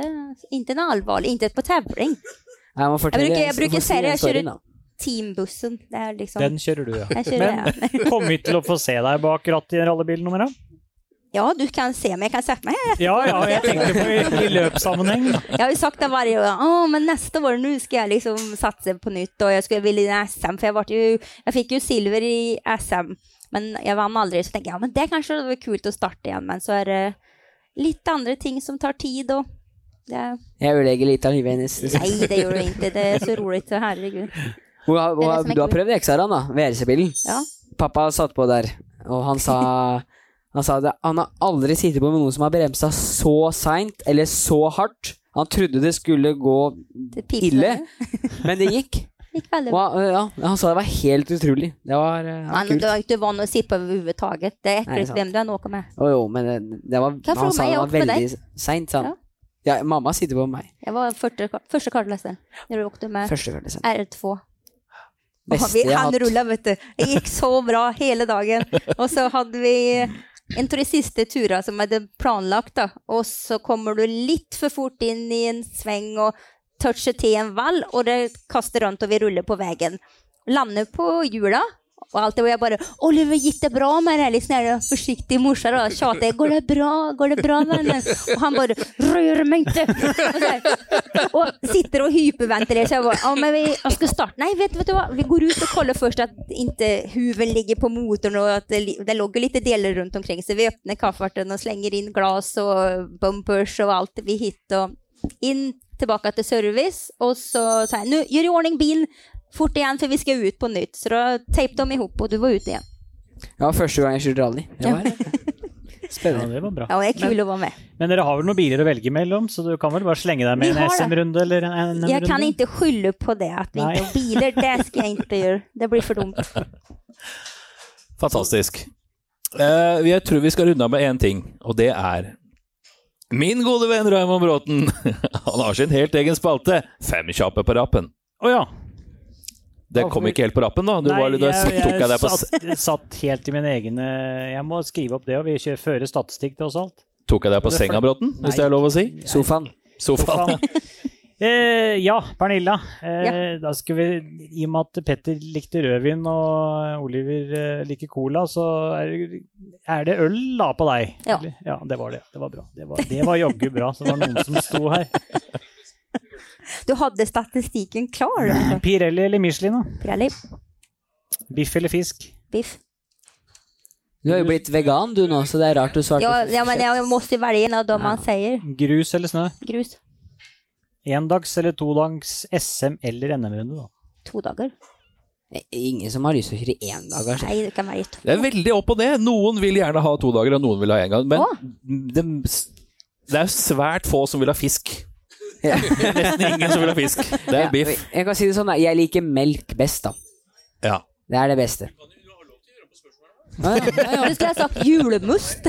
Speaker 11: ikke en alvorlig. Ikke på tävling.
Speaker 8: Jeg, må
Speaker 11: Jeg
Speaker 8: fortelle-
Speaker 11: bruker, jeg
Speaker 8: får
Speaker 11: bruker
Speaker 8: si
Speaker 11: serier.
Speaker 8: den
Speaker 11: Jeg
Speaker 8: storyen,
Speaker 11: kjører
Speaker 8: da.
Speaker 11: teambussen. Det er liksom
Speaker 3: Den kjører du, ja.
Speaker 11: Jeg kjører,
Speaker 3: Men kom vi til å få se deg bak rattet i en rallybil nummer én?
Speaker 11: Ja, du kan se meg. Jeg kan sette meg her.
Speaker 3: Ja, ja, jeg tenkte på i, i løpssammenheng. da.
Speaker 11: Jag har ju sagt det varje år. Åh, men nästa år nu ska jag liksom satsa på nytt och jag skulle vilja i SM för jag, vart ju, jag fick ju silver i SM men jag vann aldrig så tänkte jag ja, men det kanske var kul att starta igen men så är det lite andra ting som tar tid och det,
Speaker 8: jeg ødelegger litt av livet hennes.
Speaker 11: nej det gör det inte det är så roligt så herregud.
Speaker 8: Hun har, hun
Speaker 11: Det er
Speaker 8: har,
Speaker 11: det som er
Speaker 8: du har
Speaker 11: kult.
Speaker 8: prøvd XR-en, da. VRC-bilen.
Speaker 11: Ja.
Speaker 8: Pappa satt på der, og han sa Han sa det, han har aldri sittet på med noen som har bremsa så seint eller så hardt. Han trodde det skulle gå
Speaker 11: Det pipte.
Speaker 8: ille, men det gikk.
Speaker 11: Det gick väldigt
Speaker 8: Og,
Speaker 11: bra.
Speaker 8: han- ja, han sa det var helt utrolig. Det var, eh, det var
Speaker 11: Man, du
Speaker 8: kult.
Speaker 11: är inte van att sippa överhuvudtaget. Det är äckligt
Speaker 8: sant.
Speaker 11: vem du än åker med.
Speaker 8: Jo, jo, men det, det var,
Speaker 11: jeg
Speaker 8: han
Speaker 11: få
Speaker 8: sa
Speaker 11: meg
Speaker 8: det var
Speaker 11: opp med
Speaker 8: veldig
Speaker 11: deg?
Speaker 8: seint, sa han. Ja. mamma sitter på meg.
Speaker 11: Jag var första, första kartläsaren när du åkte med
Speaker 8: Første gang. liksom.
Speaker 11: R2.
Speaker 8: Beste
Speaker 11: vi,
Speaker 8: jeg har
Speaker 11: han
Speaker 8: hatt.
Speaker 11: rulla, vet du. Det gikk så bra hele dagen. Og så hadde vi en av de siste turene som jeg hadde planlagt, da. Og så kommer du litt for fort inn i en sving og toucher til en vall, og det kaster rundt, og vi ruller på veien. Lander på hjula. Og alt det hvor jeg bare 'Oliver, gikk det bra med deg?' Liksom, jeg er forsiktig morsa da, tjater jeg. 'Går det bra? Går det bra med henne?' Og han bare 'Rør meg ikke!' Og så er jeg- og sitter og hyperventilerer. Så jeg bare, ja, men vi, jeg skal starte. Nei, vet, vet du hva? Vi går ut og koller først at ikke huven ligger på motoren, og at det, li- det lå jo litt deler rundt omkring. Så vi åpner kaffeverten og slenger inn glass og bumpers og alt vi hit. Og inn, tilbake til service. Og så sa jeg, nå gjør i ordning bilen fort igjen, for vi skal ut på nytt. Så da tapet de ihop, og du var ute igjen.
Speaker 8: Det var første gang jeg kjørte rally. Det var
Speaker 3: Ja,
Speaker 8: spennende.
Speaker 3: det var bra.
Speaker 11: Ja, og det er kul å være med.
Speaker 3: Men dere har vel noen biler å velge mellom, så du kan vel bare slenge deg med
Speaker 11: Vi
Speaker 3: en
Speaker 11: har det.
Speaker 3: SM-runde eller en NM-runde?
Speaker 11: Jeg kan ikke skylde på det, at vi
Speaker 3: Nei.
Speaker 11: ikke har biler. Det skal jeg ikke gjøre. Det blir for dumt.
Speaker 4: Fantastisk. Eh, jeg tror vi skal runde av med én ting, og det er Min gode venn Raymond Bråten. Han har sin helt egen spalte. Fem kjappe på rappen.
Speaker 3: Å ja.
Speaker 4: Det kom ikke helt på rappen, da. Du
Speaker 3: Nei,
Speaker 4: var, da
Speaker 3: jeg,
Speaker 4: tok jeg
Speaker 3: jeg
Speaker 4: deg på s-
Speaker 3: satt, satt helt i mine egne Jeg må skrive opp det, og vi kjører, fører statistikk til oss alt.
Speaker 4: Tok jeg deg på
Speaker 3: Det er
Speaker 4: senga,
Speaker 3: for-
Speaker 4: Bråten? Hvis det er lov å si?
Speaker 8: Sofaen.
Speaker 4: Sofaen.
Speaker 3: Eh, ja, Pernilla. Eh, Da skal vi, I og med at Petter likte rødvin og Oliver eh, liker cola, så er, er det øl da på deg?
Speaker 11: Ja.
Speaker 3: Eller? ja. Det var det. Det var bra. Det var, det var jaggu bra. Så det var noen som sto her.
Speaker 11: Du hadde statistikken klar. Altså.
Speaker 3: Pirelli eller Michelin? da?
Speaker 11: Pirelli,
Speaker 3: Biff eller fisk?
Speaker 11: biff.
Speaker 8: Du har jo blitt vegan du nå, så det er rart du svarte.
Speaker 11: Ja, ja, men jag måste välja en av dem
Speaker 8: Ja.
Speaker 11: man säger.
Speaker 3: Grus eller snø?
Speaker 11: Grus.
Speaker 3: Endags eller todags SM eller NM-runde, da?
Speaker 11: Två dagar.
Speaker 8: Det er Ingen som har lyst til å kjøre én dag, altså. kanskje.
Speaker 11: Nej, du kan välja två.
Speaker 4: Det er veldig opp og ned. Noen vil gjerne ha to dager, og noen vil ha én gang. Men
Speaker 11: Å.
Speaker 4: det, det er svært få som vil ha fisk.
Speaker 8: Ja.
Speaker 4: Nesten ingen som vil ha fisk. Det er biff.
Speaker 8: Jeg kan si det sånn, da. jeg liker melk best, da.
Speaker 4: Ja.
Speaker 8: Det er det beste. Ja, ja, ja,
Speaker 11: Du skulle ha sagt julmust.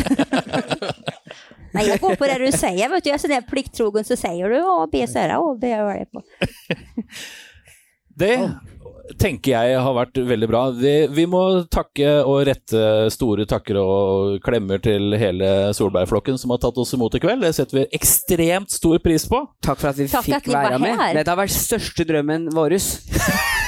Speaker 11: Nej, jag går på det du säger. Vet du, jag är sån där plikttrogen så säger du A, B, så är det A, B, jag väljer på.
Speaker 4: Det tenker jeg har vært veldig bra. Vi, vi må takke og rette store takker og klemmer til hele Solbergflokken som har tatt oss imot i kveld. Det setter vi ekstremt stor pris på.
Speaker 8: Takk for at vi
Speaker 11: Takk
Speaker 8: fikk
Speaker 11: at vi var
Speaker 8: være med.
Speaker 11: her.
Speaker 8: Dette har vært største drømmen vår.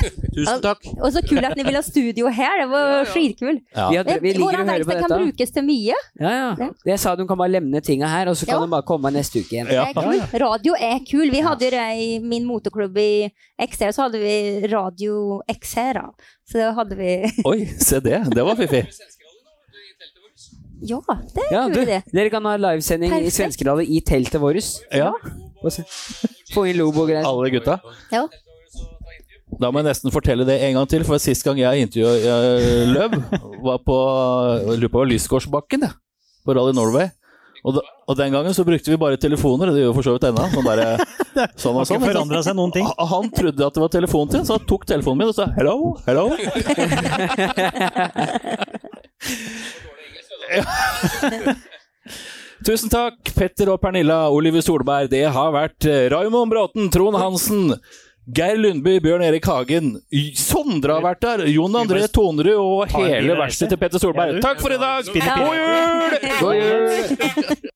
Speaker 9: Tusen takk.
Speaker 11: Og så kul at ni vil ha studio her. Det var skitkul.
Speaker 8: Ja. Vi har-
Speaker 11: Men
Speaker 8: vi liker å
Speaker 11: Våre
Speaker 8: høre på
Speaker 11: annonser kan
Speaker 8: dette.
Speaker 11: brukes til mye.
Speaker 8: Ja, ja. Jeg sa de kan bare lemne tinga her, og så kan
Speaker 11: Ja.
Speaker 8: de bare komme neste uke igjen.
Speaker 11: Det er kul. Radio er kul. Vi hadde jo det i min motorklubb i XR, så hadde vi Radio XR. da. Så da hadde vi
Speaker 4: Oi, se det. Det var fiffig.
Speaker 11: Ja, det
Speaker 8: Ja,
Speaker 11: gjorde
Speaker 8: du,
Speaker 11: vi det.
Speaker 8: dere kan ha livesending i
Speaker 11: Perfekt.
Speaker 8: svenskeradioen i teltet vårt.
Speaker 4: Ja.
Speaker 8: Og så- Få inn logo og greier.
Speaker 4: Alle gutta.
Speaker 11: Ja.
Speaker 4: Da må jeg nesten fortelle det en gang til, for sist gang jeg intervjuet eh, Løv, var på jeg lurer på om det var Lysgårdsbakken, jeg, på Rally Norway. Og, da, og den gangen så brukte vi bare telefoner, og det gjør vi for så vidt ennå. Sånn bare, sånn og
Speaker 3: Har ikke
Speaker 4: sånn.
Speaker 3: forandret seg noen ting.
Speaker 4: Han- Han trodde at det var telefonen sin, så han tok telefonen min og sa 'hello, hello'. Ja. Tusen takk, Petter og Pernilla, Oliver Solberg. Det har vært eh, Raymond Bråten, Trond Hansen, Geir Lundby, Bjørn Erik Hagen. Y- Sondre har vært der. Jon André Tonerud og hele verkstedet til Petter Solberg. Takk for i dag! God jul!
Speaker 8: God jul!